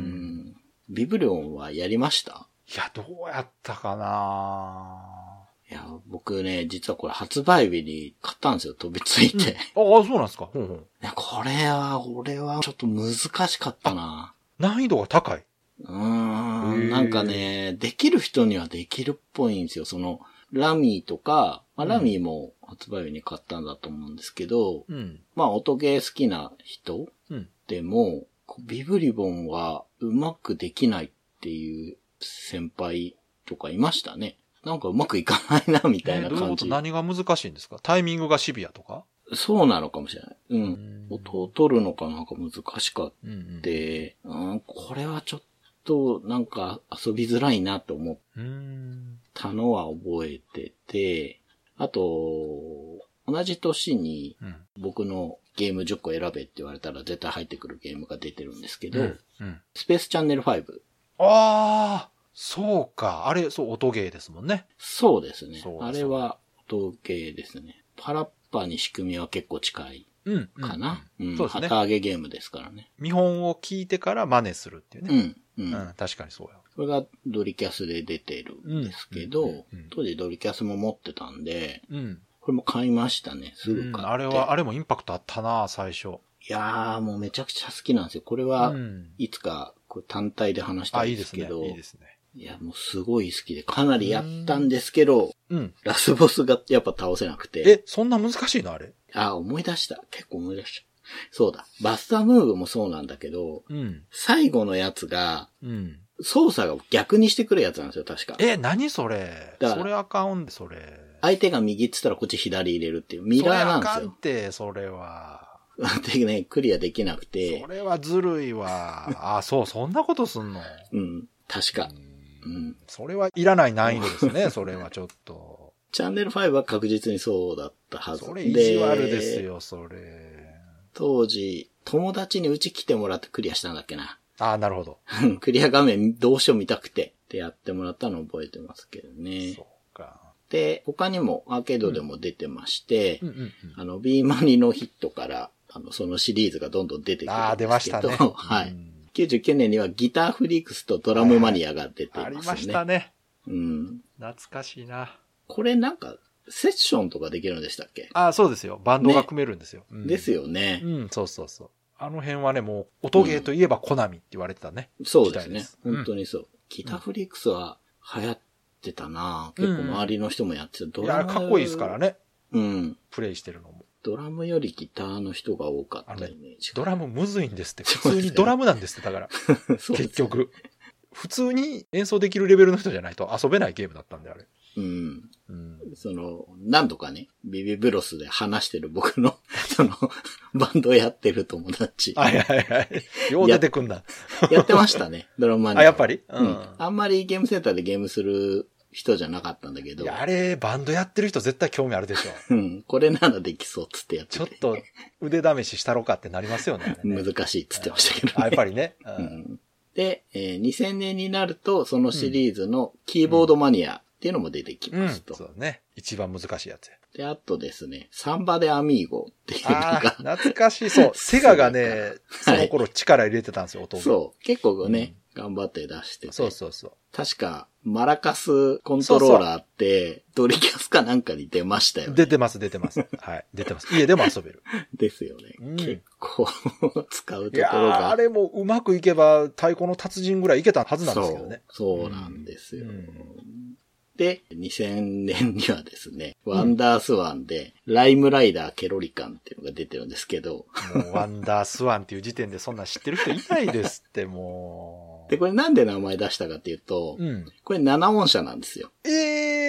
Speaker 3: ん。ビブリオンはやりました
Speaker 2: いや、どうやったかない
Speaker 3: や、僕ね、実はこれ発売日に買ったんですよ、飛びついて。い
Speaker 2: ああ、そうなんですか。ほんほん
Speaker 3: やこれは、俺はちょっと難しかったな。
Speaker 2: 難易度が高い。
Speaker 3: う
Speaker 2: へ
Speaker 3: ー
Speaker 2: ー
Speaker 3: ん、なんかね、できる人にはできるっぽいんですよ。その、ラミーとか、まあ、
Speaker 2: うん
Speaker 3: ラミーも発売日に買ったんだと思うんですけど、
Speaker 2: うん。
Speaker 3: まあ、音ゲー好きな人
Speaker 2: うん。
Speaker 3: でも、こうビブリボンはうまくできないっていう先輩とかいましたね。なんかうまくいかないな、みたい
Speaker 2: え
Speaker 3: な
Speaker 2: ーどういう
Speaker 3: 感
Speaker 2: こ
Speaker 3: じ。
Speaker 2: と何が難しいんですかタイミングがシビアとか
Speaker 3: そうなのかもしれない。う。
Speaker 2: うんん
Speaker 3: 音を取るのかなんか難しかっ
Speaker 2: うんうん
Speaker 3: て、うん、これはちょっとなんか遊びづらいなと思っ
Speaker 2: うん。
Speaker 3: たのは覚えてて、あと、同じ年に
Speaker 2: うん。
Speaker 3: 僕のゲーム10個選べって言われたら絶対入ってくるゲームが出てるんですけど、
Speaker 2: うん。
Speaker 3: スペースチャンネル5。
Speaker 2: ああ、そうか。あれ、そう、音ゲーですもんね。
Speaker 3: そうですね
Speaker 2: そう。だ
Speaker 3: あれは統計ですね。パラッパに仕組みは結構近い
Speaker 2: うん。うん
Speaker 3: かな。うん。
Speaker 2: そうですね
Speaker 3: 旗揚げゲームですからね。
Speaker 2: 見本を聞いてから真似するっていう
Speaker 3: う
Speaker 2: ね。
Speaker 3: ん。う。
Speaker 2: うん確かにそうや。
Speaker 3: これがドリキャスで出てるんですけど、
Speaker 2: うんうんうんうん
Speaker 3: 当時ドリキャスも持ってたんで、
Speaker 2: うん。
Speaker 3: これも買いましたね。すぐ買って。
Speaker 2: あれは、あれもインパクトあったな、最初。
Speaker 3: いやー、もうめちゃくちゃ好きなんですよ。これ
Speaker 2: う
Speaker 3: は、
Speaker 2: ん。
Speaker 3: いつか、これ単体で話した
Speaker 2: あ、
Speaker 3: い
Speaker 2: い
Speaker 3: ん
Speaker 2: い
Speaker 3: で
Speaker 2: ですす
Speaker 3: け
Speaker 2: ね。
Speaker 3: ど、
Speaker 2: い
Speaker 3: い
Speaker 2: いですね。
Speaker 3: や、もうすごい好きで、かなりやったんですけど、
Speaker 2: うん。
Speaker 3: ラスボスがやっぱ倒せなくて、
Speaker 2: え、そんな難しいのあれ
Speaker 3: あ、思い出した。結構思い出した。そうだ。バスタームーブもそうなんだけど、
Speaker 2: うん。
Speaker 3: 最後のやつが、
Speaker 2: うん。
Speaker 3: 操作を逆にしてくるやつなんですよ、確か。
Speaker 2: え、何それ
Speaker 3: だから
Speaker 2: それあかんで、それ。
Speaker 3: 相手が右って言ったらこっち左入れるっていう、ミラーな
Speaker 2: それあ
Speaker 3: んです
Speaker 2: かん
Speaker 3: よ
Speaker 2: って、それは。。
Speaker 3: [LAUGHS] でね、クリアできなくて
Speaker 2: そ、れはずるいわ。あ、そう、そんなことすんの。
Speaker 3: うん、確か。
Speaker 2: う
Speaker 3: うんん。
Speaker 2: それはいらない難易度ですね、それはちょっと。
Speaker 3: チャンネル5は確実にそうだったはず。
Speaker 2: それ意地悪ですよ、それ。
Speaker 3: 当時、友達にうち来てもらってクリアしたんだっけな。 [LAUGHS]
Speaker 2: あーなるほど。
Speaker 3: うんクリア画面どうしよう見たくて。ってやってもらったのを覚えてますけどね。
Speaker 2: そうか。
Speaker 3: で、他にもアーケードでも出てまして、
Speaker 2: うんうんうん。
Speaker 3: あの、B マニのヒットから、あの、そのシリーズがどんどん出てくるんですけど。
Speaker 2: ああ、出ましたね。
Speaker 3: [LAUGHS] は
Speaker 2: う
Speaker 3: い。
Speaker 2: ん
Speaker 3: 99年にはギターフリークスとドラムマニアが出てます
Speaker 2: あ
Speaker 3: ね。
Speaker 2: りましたね。
Speaker 3: うん。
Speaker 2: 懐かしいな。
Speaker 3: これなんか、セッションとかできるんでしたっけ、
Speaker 2: ああ、そうですよ。バンドが組めるんですよ。
Speaker 3: です
Speaker 2: よ。
Speaker 3: よね。
Speaker 2: うん、そうそうそう。あの辺はね、もう、音ゲーといえばコナミって言われてたね。
Speaker 3: そうで
Speaker 2: み
Speaker 3: す
Speaker 2: たい
Speaker 3: ね
Speaker 2: です。
Speaker 3: 本当にそう。ギターフリークスは流行ってたなぁ
Speaker 2: うん
Speaker 3: 結構周りの人もやってた。ド
Speaker 2: いや、
Speaker 3: ラム。
Speaker 2: かっこいいですからね。
Speaker 3: うん。
Speaker 2: プレイしてるのも。
Speaker 3: ドラムよりギターの人が多かったイメージ。
Speaker 2: ドラムむずいんですって。
Speaker 3: そ
Speaker 2: 普
Speaker 3: う
Speaker 2: 通
Speaker 3: ですよ
Speaker 2: にドラムなんですって、だから。
Speaker 3: [LAUGHS] そうです
Speaker 2: 結局。普通に演奏できるレベルの人じゃないと遊べないゲームだったんで、あれ。
Speaker 3: うん。
Speaker 2: うん。
Speaker 3: その、何度かね、ビビブロスで話してる僕の、 [LAUGHS] その、バンドやってる友達。
Speaker 2: [LAUGHS] はいはいはい。 [LAUGHS] よう出てくんだ。
Speaker 3: やってましたね、ドラマに。
Speaker 2: あ、やっぱり
Speaker 3: うん。あんまりゲームセンターでゲームする人じゃなかったんだけ
Speaker 2: い
Speaker 3: ど、
Speaker 2: や、あれ、バンドやってる人絶対興味あるで [LAUGHS] しょ。
Speaker 3: うん、これならできそうっつってやって、
Speaker 2: ちょってと腕試ししたろかってなりますよね。あれね
Speaker 3: 難しいっつってましたけどね。
Speaker 2: あ、やっぱりね。う
Speaker 3: うんんで、えー2000年になると、そのシリーズのキーボードマニアっていうのも出てき
Speaker 2: うん。
Speaker 3: ますと。
Speaker 2: そうだね。一番難しいや [LAUGHS] つや。
Speaker 3: で、あとですね、サンバでアミーゴっていうの
Speaker 2: ああ、
Speaker 3: が、
Speaker 2: 懐かしい。そう。セガがね、
Speaker 3: セ
Speaker 2: そ
Speaker 3: ガか
Speaker 2: の頃力入れてたんですよ、弟。
Speaker 3: [LAUGHS] そう、結構ね、頑張って出してて。
Speaker 2: そうそうそう。
Speaker 3: 確か、マラカスコントローラーって、ドリキャスかなんかに出ましたよね。
Speaker 2: 出てます、出てます。はい。出てます。家でも遊べる。
Speaker 3: ですよね。
Speaker 2: うん
Speaker 3: 結構 [LAUGHS] 使う
Speaker 2: い
Speaker 3: と
Speaker 2: や
Speaker 3: ころ
Speaker 2: ー
Speaker 3: が
Speaker 2: あ。れもうまくいけば太鼓の達人ぐらいいけたはずなんですけどね。
Speaker 3: そう。そうなんですよ。
Speaker 2: うん
Speaker 3: で、2000年にはですね、ワンダースワンで、ライムライダーケロリカンっていうのが出てるんですけど、
Speaker 2: もうワンダースワンっていう時点でそんなん知ってる人いないですって、も
Speaker 3: で、これなんで名前出したかっていうと
Speaker 2: う。、うん。
Speaker 3: これ7音社なんですよ。
Speaker 2: え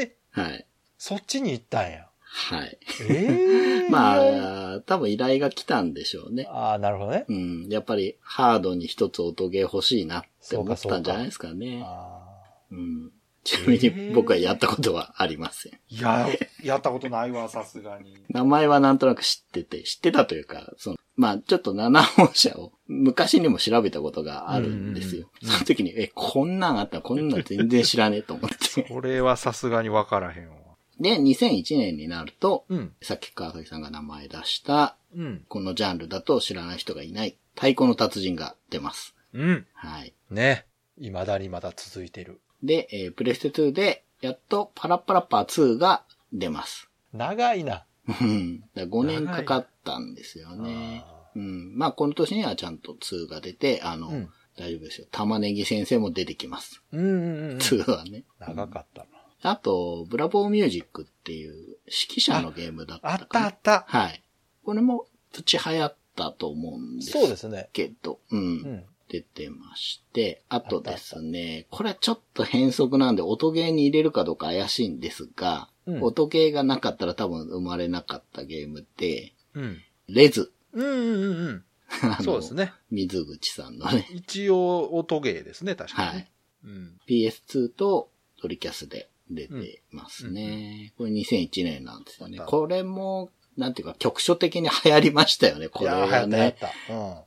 Speaker 2: えー、
Speaker 3: はい。
Speaker 2: そっちに行ったんや。
Speaker 3: はい。
Speaker 2: ええあ
Speaker 3: [LAUGHS] まあ、多分依頼が来たんでしょうね。
Speaker 2: あー、なるほどね。
Speaker 3: うん。やっぱりハードに一つ音ゲー欲しいなって思ったんじゃないですかね。
Speaker 2: あ
Speaker 3: うん。ちなみに僕はやったことはありません。
Speaker 2: ーいや、やったことないわ、さすがに。
Speaker 3: 名前はなんとなく知ってて、知ってたというか、その、まあ、ちょっと7本社を昔にも調べたことがあるんですよ。その時に、え、こんなんあった、こんなん全然知らねえと思って。 [LAUGHS]
Speaker 2: これはさすがにわからへんわ。
Speaker 3: で、2001年になると、
Speaker 2: うん。
Speaker 3: さっき川崎さんが名前出した、
Speaker 2: うん。
Speaker 3: このジャンルだと知らない人がいない、太鼓の達人が出ます。
Speaker 2: うん。
Speaker 3: はい。
Speaker 2: ね。未だにまだ続いてる。
Speaker 3: で、えープレステ2で、やっとパラッパラッパー2が出ます。
Speaker 2: 長いな。
Speaker 3: うん。だ5年かかったんですよね。うん。まあ、この年にはちゃんと2が出て、あの、
Speaker 2: うん
Speaker 3: 大丈夫ですよ。玉ねぎ先生も出てきます。
Speaker 2: うんうんうんうん。
Speaker 3: 2はね。
Speaker 2: 長かったな。
Speaker 3: あと、ブラボーミュージックっていう指揮者のゲームだった
Speaker 2: あ
Speaker 3: かな
Speaker 2: ったあった。
Speaker 3: はい。これも、プチ流行ったと思うんです
Speaker 2: そうですね。
Speaker 3: けど、う。
Speaker 2: うんん。
Speaker 3: 出てまして、あとですね、これはちょっと変則なんで、音ゲーに入れるかどうか怪しいんですが、
Speaker 2: うん
Speaker 3: 音ゲーがなかったら多分生まれなかったゲームで、
Speaker 2: うん。
Speaker 3: レズ。
Speaker 2: うんうんうんうん。
Speaker 3: あの
Speaker 2: そうです。ね。
Speaker 3: 水口さんのね、
Speaker 2: 一応、音ゲーですね、確かにね。うん。
Speaker 3: PS2 とドリキャスで出てますね。これ2001年なんですよね。
Speaker 2: また
Speaker 3: これも、なんていうか、局所的に流行りましたよね、これ
Speaker 2: いやー
Speaker 3: が
Speaker 2: 流行っ
Speaker 3: ね。
Speaker 2: た流行っ
Speaker 3: 好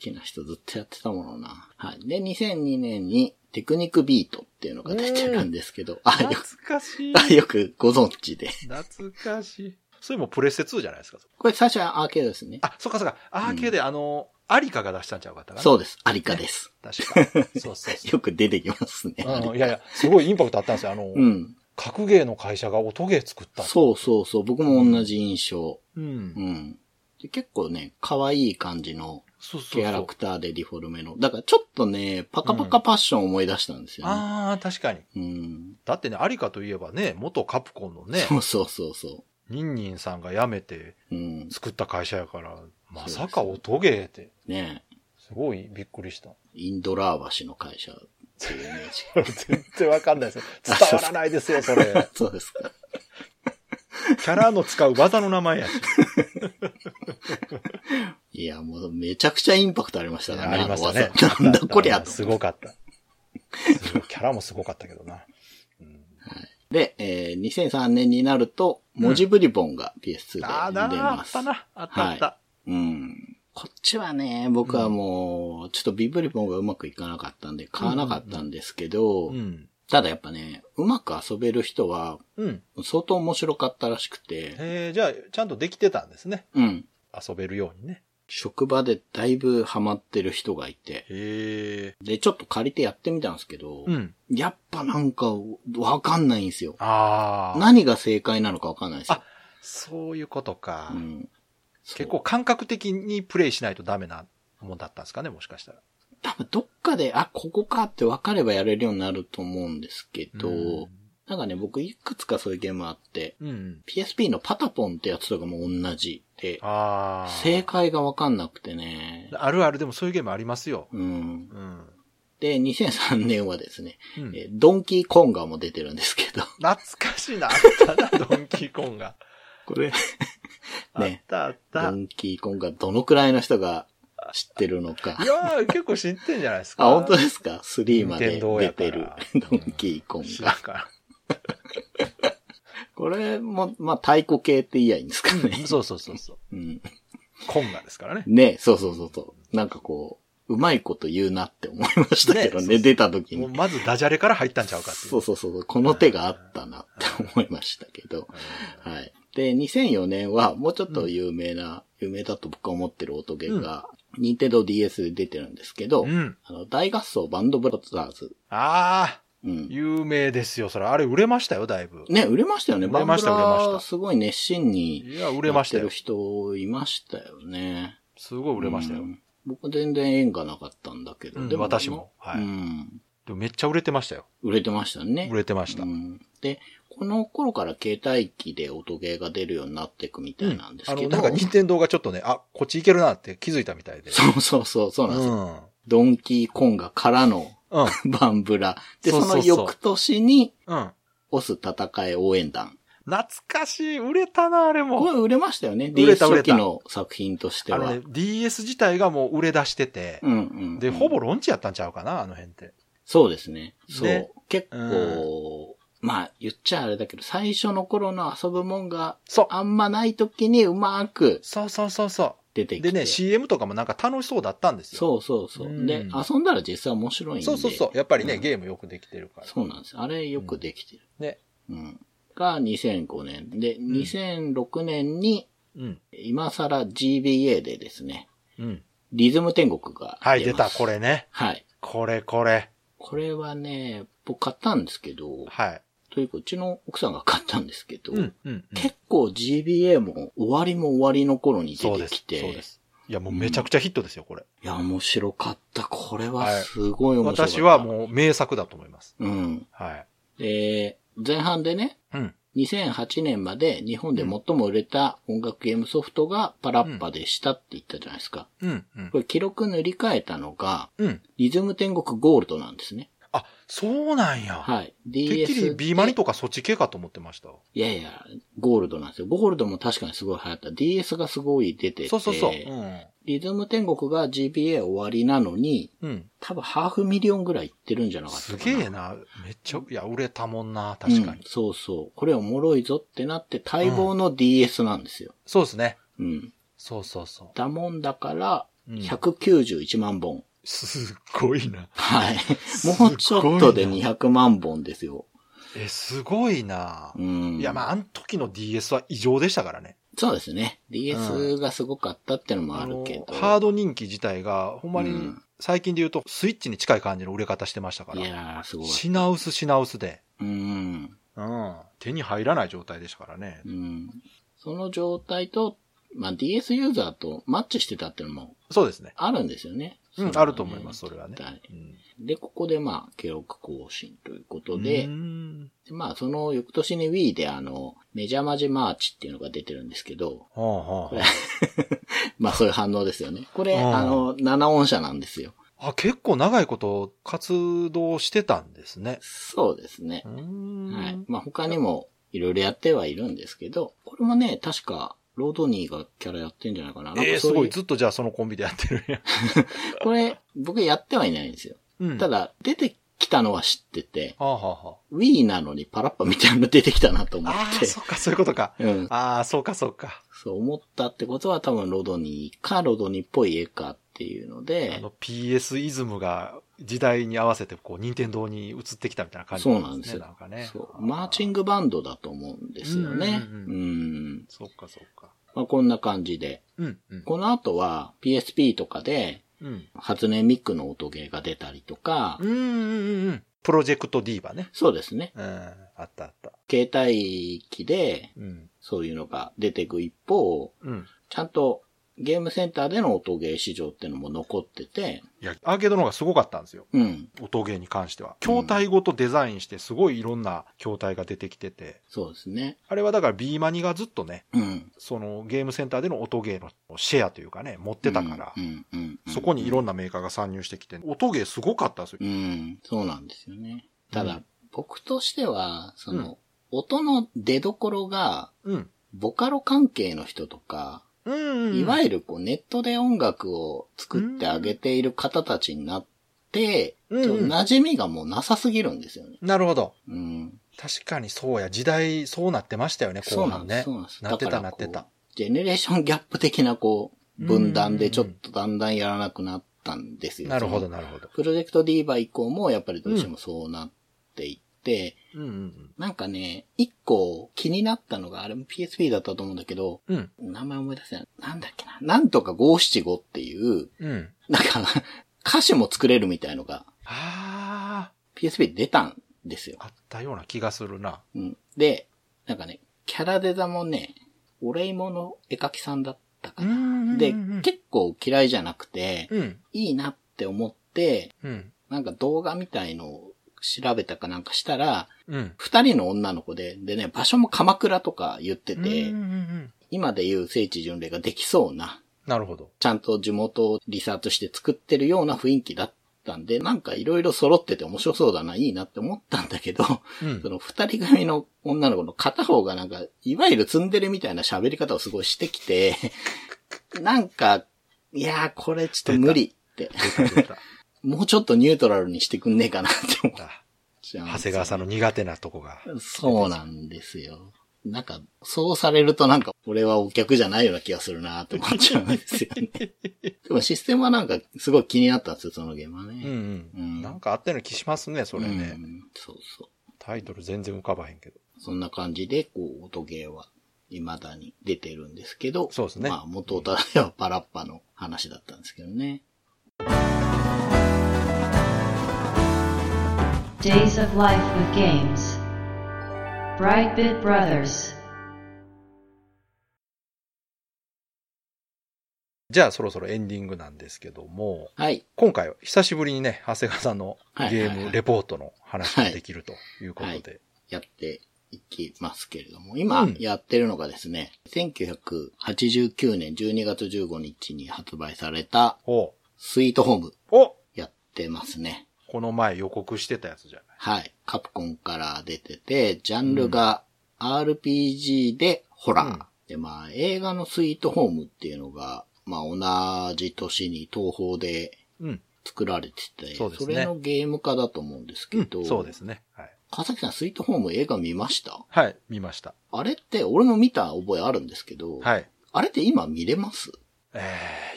Speaker 3: きな人ずっとやってたものな。はい。で、2002年にテクニックビートっていうのが出てるんですけど、あ、
Speaker 2: た。うん。
Speaker 3: よく、
Speaker 2: 懐かしい。
Speaker 3: あよくご存知で。
Speaker 2: 懐かしい。それもプレステ2じゃないですか。
Speaker 3: これ最初はアーケードですね。
Speaker 2: あ、そっかそっか。アーケードで、あの、アリカが出したんちゃうかったかな。。
Speaker 3: そううです。アリカです。 [LAUGHS]
Speaker 2: 確か。そうそうそ
Speaker 3: よく出てきますね。ア
Speaker 2: う。
Speaker 3: リ
Speaker 2: う
Speaker 3: カ
Speaker 2: ん、いやいや、すごいインパクトあったんですよ。あの、
Speaker 3: うん。
Speaker 2: 格ゲーの会社が音ゲー作った。
Speaker 3: そうそうそう。僕も同じ印象。
Speaker 2: う。う。
Speaker 3: うんん。で結構ね、可愛い感じの
Speaker 2: そうそうそう。
Speaker 3: キャラクターでリフォルメの。だからちょっとね、パカパカパッションを思い出したんですよね。
Speaker 2: ああ、確かに。
Speaker 3: うん。
Speaker 2: だってね、アリカといえばね、元カプコンのね、
Speaker 3: そうそうそうそ
Speaker 2: ニンニンさんが辞めて
Speaker 3: う。うん。
Speaker 2: 作った会社やから、まさか音ゲーって、
Speaker 3: ね
Speaker 2: すごいびっくりした。
Speaker 3: インドラー橋の会
Speaker 2: [LAUGHS]
Speaker 3: 社っていうイメージ。
Speaker 2: 全然わかんないですよ。伝わらない [LAUGHS] ですよ、それ。
Speaker 3: そうですか。
Speaker 2: キャラの使う技の名前やし。
Speaker 3: いや、もうめちゃくちゃインパクトありましたから
Speaker 2: あ
Speaker 3: ね。
Speaker 2: りましたね
Speaker 3: あの技。。なんだこりゃ
Speaker 2: [LAUGHS]
Speaker 3: と。
Speaker 2: すごかった。すごいキャラもすごかったけどな。うん
Speaker 3: で、えー2003年になると、文字ブリボンが PS2 で出
Speaker 2: あーなあ
Speaker 3: ま
Speaker 2: っ
Speaker 3: す。
Speaker 2: たな。あったあった。
Speaker 3: うん。こっちはね、僕はもう、ちょっとビブリボンがうまくいかなかったんで、買わなかったんですけど、
Speaker 2: うん。
Speaker 3: ただやっぱね、うまく遊べる人は、
Speaker 2: うん。
Speaker 3: 相当面白かったらしくて、
Speaker 2: えー、じゃあ、ちゃんとできてたんですね。
Speaker 3: うん。
Speaker 2: 遊べるようにね。
Speaker 3: 職場でだいぶハマってる人がいて、
Speaker 2: へえ。
Speaker 3: で、ちょっと借りてやってみたんですけど、
Speaker 2: うん。
Speaker 3: やっぱなんか、わかんないんですよ。
Speaker 2: ああ。
Speaker 3: 何が正解なのかわかんないですよ。
Speaker 2: そういうことか。
Speaker 3: うん、そう
Speaker 2: 結構感覚的にプレイしないとダメなもんだったんですかね、もしかしたら。
Speaker 3: 多分どっかで、あ、ここかって分かればやれるようになると思うんですけど、
Speaker 2: うん
Speaker 3: なんかね、僕いくつかそういうゲームあって、
Speaker 2: うん。
Speaker 3: PSP のパタポンってやつとかも同じで、
Speaker 2: ああ。
Speaker 3: 正解が分かんなくてね、
Speaker 2: あるある、でもそういうゲームありますよ。
Speaker 3: うん。
Speaker 2: うん。
Speaker 3: で、2003年はですね、
Speaker 2: うん
Speaker 3: えードンキーコンガも出てるんですけ
Speaker 2: [LAUGHS]
Speaker 3: ど、
Speaker 2: 懐かしいな。あったな、 [LAUGHS] ドンキーコンが。
Speaker 3: これ、
Speaker 2: あっ
Speaker 3: ね、
Speaker 2: たあっ
Speaker 3: ド
Speaker 2: た。
Speaker 3: ンキーコンガどのくらいの人が知ってるのか
Speaker 2: い。やー、結構知ってんじゃないですか。
Speaker 3: あ、本当ですか ?3 まで
Speaker 2: 任天堂やか
Speaker 3: 出て
Speaker 2: ら
Speaker 3: るドンキーコン
Speaker 2: 知ら [LAUGHS]
Speaker 3: ガ
Speaker 2: ん。か。
Speaker 3: これも、まあ、太鼓系って言いやいいんですからね。
Speaker 2: そうそうそうそう。
Speaker 3: うん。
Speaker 2: コンガですからね。
Speaker 3: ねそうそうそうそう。なんかこう、うまいこと言うなって思いましたけど
Speaker 2: ね
Speaker 3: ね、出た時
Speaker 2: もう
Speaker 3: に。
Speaker 2: まずダジャレから入ったんちゃうかっていう。
Speaker 3: そうそうそう、この手があったなって思いましたけど。はい。で、2004年はもうちょっと有名な、有名だと僕は思ってる音ゲーが、任天堂 DS で出てるんですけど、
Speaker 2: うん。
Speaker 3: あの、大合奏バンドブラザーズ。
Speaker 2: ああ、
Speaker 3: うん。
Speaker 2: 有名ですよ。それ、あれ売れましたよ、だいぶ。
Speaker 3: ね、売れましたよね。
Speaker 2: 売れました
Speaker 3: バンブラ
Speaker 2: 売れました
Speaker 3: すごい熱心に。
Speaker 2: いや、売れました
Speaker 3: や
Speaker 2: よ
Speaker 3: ってる。人いましたよね。
Speaker 2: すごい売れましたよ
Speaker 3: う。ん僕全然縁がなかったんだけど。
Speaker 2: うん私もはい
Speaker 3: うん。
Speaker 2: でもめっちゃ売れてましたよ。
Speaker 3: 売れてましたね。
Speaker 2: 売れてました
Speaker 3: う。んで、この頃から携帯機で音ゲーが出るようになっていくみたいなんです
Speaker 2: あ
Speaker 3: け
Speaker 2: の、
Speaker 3: ど。
Speaker 2: なんか、任天堂がちょっとね、あ、こっち行けるなって気づいたみたいで。
Speaker 3: [LAUGHS] そうそうそう、そうなんですよ。
Speaker 2: ん。
Speaker 3: ドンキーコンガからの
Speaker 2: うん。
Speaker 3: バンブラ。で、
Speaker 2: そう
Speaker 3: そ
Speaker 2: そう
Speaker 3: の
Speaker 2: そう
Speaker 3: 翌年に、
Speaker 2: うん。
Speaker 3: オス戦い応援団。
Speaker 2: 懐かしい。売れたな、あれ
Speaker 3: こ
Speaker 2: も。
Speaker 3: れ売れましたよね。
Speaker 2: 売れ
Speaker 3: DS
Speaker 2: た売
Speaker 3: 初
Speaker 2: れた
Speaker 3: 期の作品として
Speaker 2: あ
Speaker 3: は。
Speaker 2: のね、DS 自体がもう売れ出してて、
Speaker 3: うんうん。
Speaker 2: で、ほぼロンチやったんちゃうかな、あの辺って。
Speaker 3: そうですね。そう。
Speaker 2: ね
Speaker 3: 結構、まあ言っちゃあれだけど、最初の頃の遊ぶもんが
Speaker 2: そう。
Speaker 3: あんまない時にうまく
Speaker 2: そうそうそうそ
Speaker 3: 出て
Speaker 2: う。
Speaker 3: き
Speaker 2: で
Speaker 3: て。
Speaker 2: ね、CM とかもなんか楽しそうだったんですよ。
Speaker 3: そうそうそう。
Speaker 2: うん
Speaker 3: で、遊んだら実際面白いんで。
Speaker 2: そうそうそう。やっぱりね、
Speaker 3: うん
Speaker 2: ゲームよくできてるから。
Speaker 3: そうなんです。あれよくできてる。
Speaker 2: ね。
Speaker 3: うん。が2005年。で、2006年に、
Speaker 2: うん。
Speaker 3: 今更 GBA でですね、
Speaker 2: うん。
Speaker 3: リズム天国が
Speaker 2: はい、出
Speaker 3: ま
Speaker 2: た。
Speaker 3: す
Speaker 2: こ。れね。
Speaker 3: はい。
Speaker 2: これ、これ。
Speaker 3: これはね、僕買ったんですけど、
Speaker 2: はい。
Speaker 3: というかうちの奥さんが買ったんですけど、
Speaker 2: うん、うん。
Speaker 3: 結構 GBA も終わりも終わりの頃に
Speaker 2: そ
Speaker 3: 出
Speaker 2: う
Speaker 3: て
Speaker 2: で
Speaker 3: き
Speaker 2: す。そうで
Speaker 3: て、
Speaker 2: す。いや、もうめちゃくちゃヒットですよ、これ。
Speaker 3: いや、面白かった。これはすごい面白かった。
Speaker 2: 私はもう名作だと思います。
Speaker 3: う。うん。
Speaker 2: はい。
Speaker 3: で、前半でね、
Speaker 2: うん。
Speaker 3: 2008年まで日本で最も売れた音楽ゲームソフトがパラッパでしたって言ったじゃないですか。
Speaker 2: うん、うん
Speaker 3: こ。れ記録塗り替えたのが、
Speaker 2: うん。
Speaker 3: リズム天国ゴールドなんですね。
Speaker 2: あ、そうなんや。
Speaker 3: はい。
Speaker 2: てっき
Speaker 3: DS
Speaker 2: り
Speaker 3: で。
Speaker 2: ビーマニとかそっち系かと思ってました。
Speaker 3: いやいや、ゴールドなんですよ。ゴールドも確かにすごい流行った。DS がすごい出てて。
Speaker 2: そうそうそう。うん。
Speaker 3: リズム天国が GBA 終わりなのに、
Speaker 2: うん。
Speaker 3: 多分ハーフミリオンぐらいいってるんじゃなかったか
Speaker 2: す
Speaker 3: な。
Speaker 2: げえな。めっちゃ、いや、売れたもんな、確かに。
Speaker 3: うんそうそう。これおもろいぞってなって待望の DS なんですよ。
Speaker 2: そうですね。
Speaker 3: うん。
Speaker 2: そうそうそ
Speaker 3: だもんだから、
Speaker 2: う。うん
Speaker 3: 191
Speaker 2: [LAUGHS]
Speaker 3: 万本。
Speaker 2: すっごいな。
Speaker 3: はい。
Speaker 2: ごいな
Speaker 3: もうちょっとで200万本ですよ。
Speaker 2: え、すごいな。
Speaker 3: うん。
Speaker 2: いや、まあ、あの時の DS は異常でしたからね。
Speaker 3: そうですね。DS がすごかったってのもあるけど。
Speaker 2: あのハード人気自体が、ほんま
Speaker 3: う
Speaker 2: に
Speaker 3: ん、
Speaker 2: 最近で言うと、スイッチに近い感じの売れ方してましたか
Speaker 3: い
Speaker 2: ら。
Speaker 3: やー、すごい。
Speaker 2: 品薄品薄で。
Speaker 3: うん。
Speaker 2: うん。手に入らない状態でしたからね
Speaker 3: う。ん。その状態と、まあ、DS ユーザーとマッチしてたってのも
Speaker 2: そうですね。
Speaker 3: あるんですよね。
Speaker 2: うん、あると思います、それはね
Speaker 3: 絶対。
Speaker 2: うん
Speaker 3: で、ここでまあ、記録更新ということで、
Speaker 2: うん
Speaker 3: でまあ、その翌年に Wii であの、メジャーマジマーチっていうのが出てるんですけど、
Speaker 2: ほうほうほう
Speaker 3: まあそういう反応ですよね。これ、
Speaker 2: うん
Speaker 3: あの、7音社なんですよ。
Speaker 2: あ、結構長いこと活動してたんですね。
Speaker 3: そうですね
Speaker 2: う。ん
Speaker 3: はい。まあ他にもいろいろやってはいるんですけど、これもね、確か、ロードニーがキャラやってんじゃないかな。なん
Speaker 2: えー、
Speaker 3: か
Speaker 2: す
Speaker 3: そう
Speaker 2: ご
Speaker 3: う
Speaker 2: い。ずっとじゃあそのコンビでやってるん [LAUGHS] や。
Speaker 3: これ、僕やってはいないんですよ。
Speaker 2: うん
Speaker 3: ただ、出てきたのは知ってて、
Speaker 2: はあ、はあは
Speaker 3: Wii なのにパラッパみたいなの出てきたなと思
Speaker 2: あ、
Speaker 3: っ
Speaker 2: ああ、
Speaker 3: て、
Speaker 2: そうか、そういうことか。
Speaker 3: うん。
Speaker 2: ああ、そうか、そうか。
Speaker 3: そう思ったってことは多分ロードニーかロードニーっぽい絵かっていうの
Speaker 2: あ
Speaker 3: で、
Speaker 2: の PS イズムが時代に合わせてこう任天堂に移ってきたみたいな感じ
Speaker 3: そうなんですよ
Speaker 2: なんかね。
Speaker 3: そうマーチングバンドだと思うんですよね。
Speaker 2: う
Speaker 3: うんん
Speaker 2: うんそうかそうか。
Speaker 3: まあ、こんな感じで。
Speaker 2: うんうん
Speaker 3: この後は PSP とかで、
Speaker 2: うん
Speaker 3: 初音ミックの音ゲーが出たりとか
Speaker 2: う、んうんうん。プロジェクトディーバね。
Speaker 3: そうですね。
Speaker 2: うん。あったあった。
Speaker 3: 携帯機で
Speaker 2: うん
Speaker 3: そういうのが出てく一方、
Speaker 2: うん。
Speaker 3: ちゃんとゲームセンターでの音ゲー市場っていうのも残ってて、
Speaker 2: いや、アーケードの方がすごかったんですよ。
Speaker 3: うん。
Speaker 2: 音ゲーに関しては。筐体ごとデザインして、すごいいろんな筐体が出てきてて、
Speaker 3: そうですね。
Speaker 2: あれはだから B マニがずっとね、
Speaker 3: うん。
Speaker 2: そのゲームセンターでの音ゲーのシェアというかね、持ってたから
Speaker 3: う、ん、うん、うんうん
Speaker 2: そこにいろんなメーカーが参入してきて、音ゲーすごかったんですよ
Speaker 3: う。ん、そうなんですよね。た
Speaker 2: う
Speaker 3: だ、
Speaker 2: ん
Speaker 3: 僕としては、その、
Speaker 2: うん
Speaker 3: 音の出どころが、
Speaker 2: うん。
Speaker 3: ボカロ関係の人とか、
Speaker 2: うん。
Speaker 3: いわ
Speaker 2: る、
Speaker 3: ゆるこうネットで音楽を作ってあげている方たちになって、
Speaker 2: うん
Speaker 3: ちょっと馴染みがもうなさすぎるんですよね。
Speaker 2: なるほど。
Speaker 3: うん。
Speaker 2: 確かにそうや、時代、そうなってましたよね、
Speaker 3: そ
Speaker 2: 後
Speaker 3: うな
Speaker 2: 半
Speaker 3: んです。
Speaker 2: ね
Speaker 3: そうなんで。す。
Speaker 2: なって
Speaker 3: だ
Speaker 2: た、
Speaker 3: か
Speaker 2: な
Speaker 3: ら
Speaker 2: っ
Speaker 3: こう
Speaker 2: てた。。
Speaker 3: ジェネレーションギャップ的なこう、分断でちょっとだんだんやらなくなったんですよ。
Speaker 2: なるほ
Speaker 3: そ
Speaker 2: ど、
Speaker 3: の
Speaker 2: なるほど。
Speaker 3: プロジェクトディーバ以降もやっぱりどうしてもそうなっていって、
Speaker 2: うんうん
Speaker 3: なんかね、一個気になったのが、あれも PSP だったと思うんだけど、
Speaker 2: うん。うん。
Speaker 3: 名前思い出せない。なんだっけな。なんとか575っていう、
Speaker 2: うん。
Speaker 3: なんか、歌詞も作れるみたいのが
Speaker 2: あ
Speaker 3: PSP で出たんですよ
Speaker 2: あ、。あったような気がするな。
Speaker 3: うん、で、なんかね、キャラデザもね、お礼物の絵描きさんだったか
Speaker 2: うん
Speaker 3: な。
Speaker 2: うんうんうん
Speaker 3: で、結構嫌いじゃなくて、
Speaker 2: うん。
Speaker 3: いいなって思って、
Speaker 2: うん。
Speaker 3: なんか動画みたいのを調べたかなんかしたら、
Speaker 2: うん。
Speaker 3: 二人の女の子で、でね、場所も鎌倉とか言ってて、
Speaker 2: うんうんうん
Speaker 3: 今でいう聖地巡礼ができそうな、
Speaker 2: なるほど。
Speaker 3: ちゃんと地元をリサーチして作ってるような雰囲気だったんで、なんかいろいろ揃ってて面白そうだな、いいなって思ったんだ
Speaker 2: [LAUGHS]
Speaker 3: けど、
Speaker 2: うん
Speaker 3: そ。の二人組の女の子の片方がなんか、いわゆるツンデレみたいな喋り方をすごいしてき
Speaker 2: [LAUGHS]
Speaker 3: て、なんか、いやーこれちょっと無理って、
Speaker 2: 出た出た
Speaker 3: もうちょっとニュートラルにしてくんねえかなって思っ
Speaker 2: あ
Speaker 3: ちゃう
Speaker 2: 長谷川さんの苦手なとこが。
Speaker 3: そうなんですよ。なんか、そうされるとなんか、俺はお客じゃないような気がするなと思っちゃうんですよ
Speaker 2: [LAUGHS]
Speaker 3: ね。でもシステムはなんか、すごい気になったんですよ、そのゲームは
Speaker 2: うんう。
Speaker 3: ね。うんん
Speaker 2: なんかあったような気しますね、それね。
Speaker 3: うんそうそ
Speaker 2: タイトル全然浮かばへんけど。
Speaker 3: う。そんな感じで、こう、音ゲーは、未だに出てるんですけど。
Speaker 2: そうですね
Speaker 3: まあ、元を正せばパラッパの話だったんですけどね。
Speaker 1: Days of Life with Games. Brightbit Brothers.
Speaker 2: じゃあそろそろエンディングなんですけども、
Speaker 3: はい。
Speaker 2: 今回は久しぶりにね、長谷川さんの
Speaker 3: はい
Speaker 2: ゲ
Speaker 3: はい
Speaker 2: ー
Speaker 3: は
Speaker 2: ム
Speaker 3: い
Speaker 2: レポートの話ができるということで。
Speaker 3: はいやっていきますけれども、今
Speaker 2: うん
Speaker 3: やってるのがですね、1989年12月15日に発売された、
Speaker 2: お
Speaker 3: スイートホーム
Speaker 2: お
Speaker 3: やってますね。
Speaker 2: この前予告してたやつじゃない。
Speaker 3: はい。カプコンから出てて、ジャンルが RPG でホラー。
Speaker 2: うん
Speaker 3: で、まあ映画のスイートホームっていうのが、まあ同じ年に東宝で
Speaker 2: うん。
Speaker 3: 作られてて、
Speaker 2: そうですね
Speaker 3: れのゲーム化だと思うんですけど、
Speaker 2: そうですね。はい。
Speaker 3: 川崎さんスイートホーム映画見ました
Speaker 2: はい、見ました。
Speaker 3: あれって俺も見た覚えあるんですけど、
Speaker 2: はい。
Speaker 3: あれって今見れます
Speaker 2: え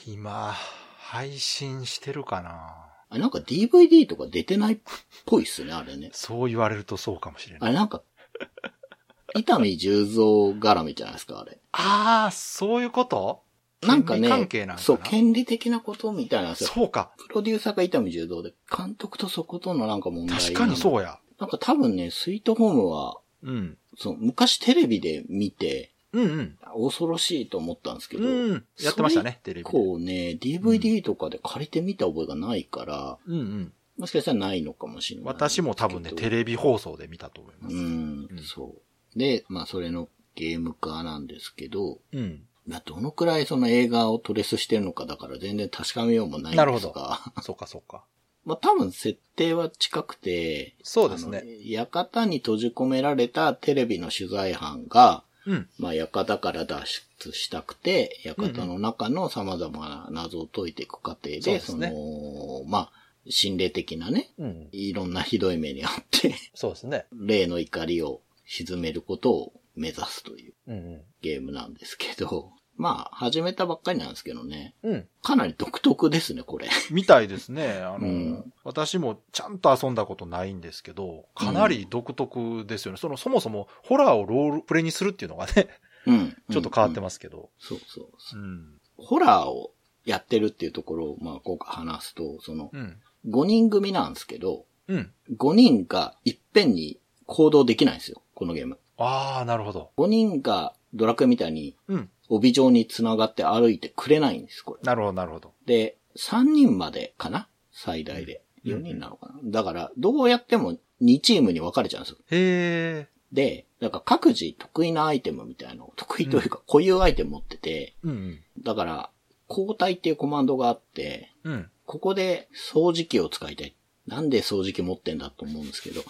Speaker 2: ー、今、配信してるかな
Speaker 3: あれなんか DVD とか出てないっぽいっすね、あれね。
Speaker 2: そう言われるとそうかもしれない
Speaker 3: あ。れなん
Speaker 2: [LAUGHS]
Speaker 3: か、伊丹十三絡みじゃないですか、あれ。
Speaker 2: ああ、そういうこと
Speaker 3: なんか
Speaker 2: 権
Speaker 3: ね、
Speaker 2: 利関係なんかな
Speaker 3: そう、権利的なことみたいなんですよ。
Speaker 2: そうか。
Speaker 3: プロデューサーが伊丹十三で、監督とそことのなんか問題。
Speaker 2: 確かにそううや。
Speaker 3: なんか多分ね、スイートホームは、
Speaker 2: うん。
Speaker 3: そう、昔テレビで見て、
Speaker 2: うん
Speaker 3: 恐ろしいと思ったんですけ
Speaker 2: う
Speaker 3: ど、
Speaker 2: ん。うん。やってましたね、テレビで。
Speaker 3: こうね、DVD とかで借りてみた覚えがないから、
Speaker 2: うんうん。
Speaker 3: もしかしたらないのかもしれない。
Speaker 2: 私も多分ね、テレビ放送で見たと思いま
Speaker 3: う
Speaker 2: す。
Speaker 3: ん
Speaker 2: う、ん
Speaker 3: そう。で、まあそれのゲーム化なんですけど、
Speaker 2: うん。
Speaker 3: まあ、どのくらいその映画をトレースしてるのかだから全然確かめようもないんです
Speaker 2: な
Speaker 3: が。
Speaker 2: るほどそうか、そうか。
Speaker 3: [LAUGHS] まあ、多分設定は近くて、
Speaker 2: そうですね
Speaker 3: あの。館に閉じ込められたテレビの取材班が、
Speaker 2: うん。
Speaker 3: まあ、館から脱出したくて、館の中の様々な謎を解いていく過程で、
Speaker 2: そうです
Speaker 3: そ
Speaker 2: ね
Speaker 3: の、まあ、心霊的なね、
Speaker 2: うん。
Speaker 3: いろんなひどい目にあって、
Speaker 2: そうですね。
Speaker 3: 霊の怒りを鎮めることを目指すという
Speaker 2: うん
Speaker 3: ゲームなんですけど、 [LAUGHS] まあ、始めたばっかりなんですけどね。
Speaker 2: うん。うん。
Speaker 3: かなり独特ですね、これ。
Speaker 2: みたいですね。あの、
Speaker 3: うん
Speaker 2: 私もちゃんと遊んだことないんですけど、かなり独特ですよね。その、そもそもホラーをロールプレイにするっていうのがね、
Speaker 3: うん。
Speaker 2: ちょっと変わって
Speaker 3: ま
Speaker 2: ますけど。
Speaker 3: す。そうそうそうう。
Speaker 2: ん。
Speaker 3: ホラーをやってるっていうところを、まあ、今回話すと、その
Speaker 2: う、ん。
Speaker 3: 5人組なんですけど、
Speaker 2: うん。
Speaker 3: 5人がいっぺんに行動できないんですよ、このゲーム。
Speaker 2: ああ、なるほど。
Speaker 3: 5人がドラクエみたいに
Speaker 2: うん。
Speaker 3: 帯状に繋がって歩いてくれないんです、これ。
Speaker 2: なるほど、なるほど。
Speaker 3: で、3人までかな最大で。
Speaker 2: うん
Speaker 3: 4人なのかな、だから、どうやっても2チームに分かれちゃうんですよ。
Speaker 2: へえ。
Speaker 3: で、なんか各自得意なアイテムみたいなの、得意というか固有アイテム持ってて、
Speaker 2: うん
Speaker 3: だから、交代っていうコマンドがあって、
Speaker 2: うん。うん。
Speaker 3: ここで掃除機を使いたい。なんで掃除機持ってんだと思うんですけ
Speaker 2: [LAUGHS]
Speaker 3: ど。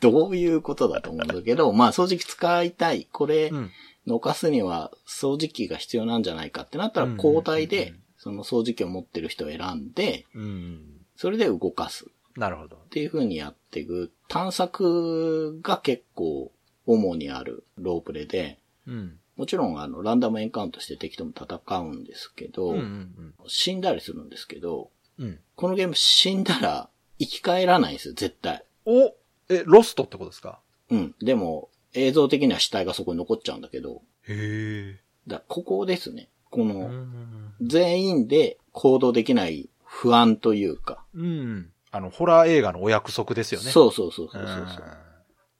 Speaker 3: どういうことだと思うんだけど、まあ掃除機使いたい。これ
Speaker 2: うん。
Speaker 3: のかすには掃除機が必要なんじゃないかってなったら
Speaker 2: うん
Speaker 3: 交代
Speaker 2: う
Speaker 3: で
Speaker 2: んうん
Speaker 3: その掃除機を持ってる人を選んで、
Speaker 2: うん。
Speaker 3: それで動かす。
Speaker 2: なるほど
Speaker 3: っ。ていう風にやっていく探索が結構主にあるロープレで、
Speaker 2: うん。
Speaker 3: もちろんあのランダムエンカウントして敵とも戦うんですけど、
Speaker 2: うんうん
Speaker 3: 死んだりするんですけど、
Speaker 2: うん。うん。
Speaker 3: このゲーム死んだら生き返らないんですよ、絶対。
Speaker 2: おえ、ロストってことですか
Speaker 3: うん。でも映像的には死体がそこに残っちゃうんだけど、
Speaker 2: へえ。
Speaker 3: だここですね。こ
Speaker 2: う
Speaker 3: の
Speaker 2: ん。
Speaker 3: 全員で行動できない不安というか。
Speaker 2: うん。あの、ホラー映画のお約束ですよね。う
Speaker 3: そうそうそうそうそうそう。
Speaker 2: ん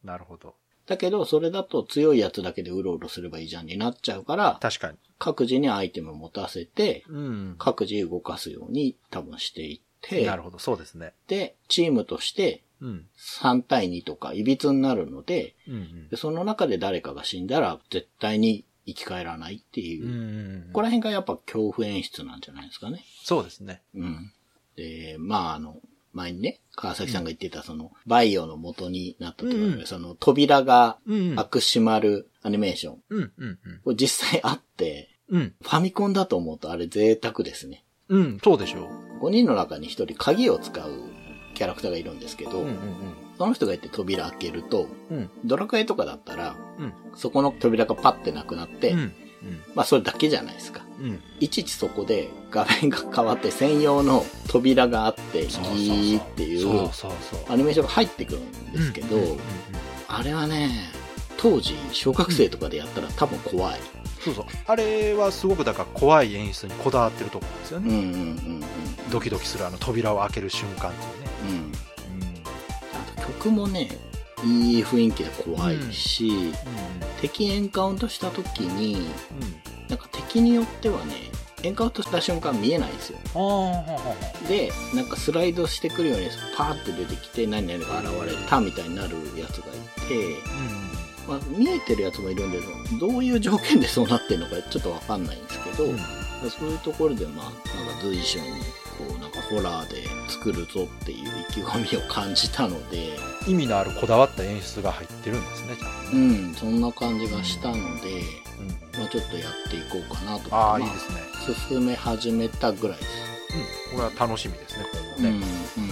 Speaker 2: なるほど。
Speaker 3: だけど、それだと強いやつだけでうろうろすればいいじゃんになっちゃうから、
Speaker 2: 確かに。
Speaker 3: 各自にアイテムを持たせて、
Speaker 2: うん。
Speaker 3: 各自動かすように多分していって、
Speaker 2: なるほど、そうですね。
Speaker 3: で、チームとして
Speaker 2: うん。
Speaker 3: 3対2とかいびつになるので、
Speaker 2: うん
Speaker 3: でその中で誰かが死んだら絶対に生き返らないっていうう、
Speaker 2: ん。うん。
Speaker 3: ここら辺がやっぱ恐怖演出なんじゃないですかね。
Speaker 2: そうですね。
Speaker 3: うん。で、まああの、前にね、川崎さんが言ってたその、バイオの元になったという
Speaker 2: うん
Speaker 3: か、その扉が
Speaker 2: うん
Speaker 3: 開く閉まるアニメーション。
Speaker 2: うん。うん。うん。
Speaker 3: これ実際あって、
Speaker 2: うん。
Speaker 3: ファミコンだと思うとあれ贅沢ですね。
Speaker 2: うん。そうでしょう。
Speaker 3: 5人の中に1人鍵を使うキャラクターがいるんですけど、
Speaker 2: うん
Speaker 3: その人がいて扉開けると、
Speaker 2: うんうん。
Speaker 3: ドラクエとかだったら、
Speaker 2: うん
Speaker 3: そこの扉がパッてなくなって、
Speaker 2: うん。
Speaker 3: まあそれだけじゃないですか。
Speaker 2: うん。うん。
Speaker 3: いちいちそこで画面が変わって専用の扉があって、ギ
Speaker 2: そうそうそう
Speaker 3: ーってい
Speaker 2: そう
Speaker 3: う
Speaker 2: そうそう。
Speaker 3: アニメーションが入ってくるんですけど、
Speaker 2: うんうんうんうん
Speaker 3: あれはね、当時小学生とかでやったら多分怖い。
Speaker 2: そうそうあれはすごくだから怖い演出にこだわってるところですよ
Speaker 3: うん
Speaker 2: ね、
Speaker 3: うんうん
Speaker 2: ドキドキするあの扉を開ける瞬間っていうね、
Speaker 3: うん。うん。あと曲もね、いい雰囲気で怖いし、敵エンカウントした時に
Speaker 2: うんうん
Speaker 3: なんか敵によってはねエンカウントした瞬間見えないんですよ
Speaker 2: あ
Speaker 3: でなんかスライドしてくるようにパーって出てきて何々が現れたみたいになるやつがいて、
Speaker 2: あうん
Speaker 3: まあ、見えてるやつもいるんでどういう条件でそうなってるのかちょっとわかんないんですけど、
Speaker 2: うん
Speaker 3: そういうところでまあなんか随所にこうなんかホラーで作るぞっていう意気込みを感じたので
Speaker 2: 意味のあるこだわった演出が入ってるんですねちゃんと
Speaker 3: う
Speaker 2: ね、
Speaker 3: んそんな感じがしたので、
Speaker 2: うん
Speaker 3: まあ、ちょっとやっていこうかなと
Speaker 2: ああ
Speaker 3: ま
Speaker 2: いいですね、
Speaker 3: 進め始めたぐらいです。
Speaker 2: うん、これは楽しみですね今後
Speaker 3: うん、
Speaker 2: ね、
Speaker 3: うん、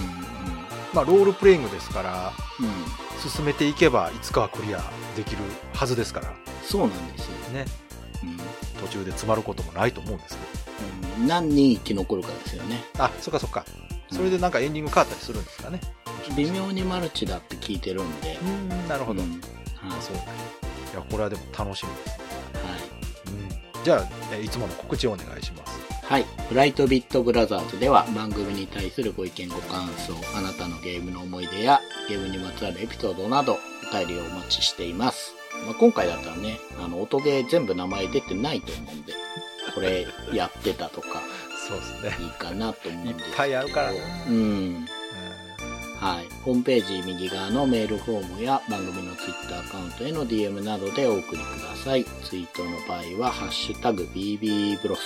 Speaker 2: まあロールプレイングですから
Speaker 3: うん。
Speaker 2: 進めていけばいつかはクリアできるはずですから
Speaker 3: そうなんですよ。
Speaker 2: ね
Speaker 3: う
Speaker 2: 途中で詰まることもないと思うんですけど
Speaker 3: ん。うん、何人生き残るかですよね。
Speaker 2: あそっかそっかそれでなんかエンディング変わったりするんですかね
Speaker 3: 微妙にマルチだって聞いてるんで。
Speaker 2: うんなるほど、
Speaker 3: うん
Speaker 2: あ
Speaker 3: は
Speaker 2: そうねいやこれはでも楽しみです、
Speaker 3: い。
Speaker 2: じゃあえいつもの告知をお願いします
Speaker 3: はい。ブライトビットブラザーズでは番組に対するご意見ご感想、あなたのゲームの思い出やゲームにまつわるエピソードなどお便りをお待ちしています。まあ、今回だったらね、あの、音ゲー全部名前出てないと思うんで、これやってたとか、
Speaker 2: そうですね
Speaker 3: いいかなと思うんですけど。
Speaker 2: いっぱいあるからな
Speaker 3: うん。はい。ホームページ右側のメールフォームや番組のツイッターアカウントへの DM などでお送りください。ツイートの場合は、ハッシュタグ BB ブロス。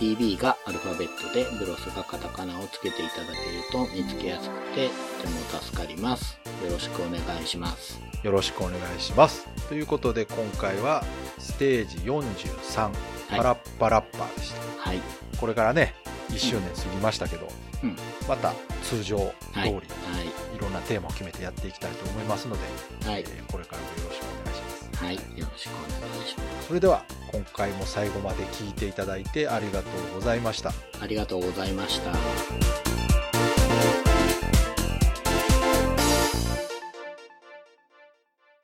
Speaker 3: BB がアルファベットで、ブロスがカタカナをつけていただけると見つけやすくて、とても助かります。よろしくお願いします。
Speaker 2: よろしくお願いしますということで今回はステージ43
Speaker 3: は
Speaker 2: パ
Speaker 3: い
Speaker 2: ラッパラッパーでした、
Speaker 3: はい。
Speaker 2: これからね1周年過ぎましたけど、
Speaker 3: うん
Speaker 2: また通常通り、
Speaker 3: はい。
Speaker 2: い
Speaker 3: は、
Speaker 2: ろんなテーマを決めてやっていきたいと思いますので、
Speaker 3: い。はい
Speaker 2: え。ーこれからもよろしくお願いします
Speaker 3: はい。よろしくお願いしま
Speaker 2: それでは今回も最後まで聞いていただいてありがとうございました
Speaker 3: す。ありがとうございました。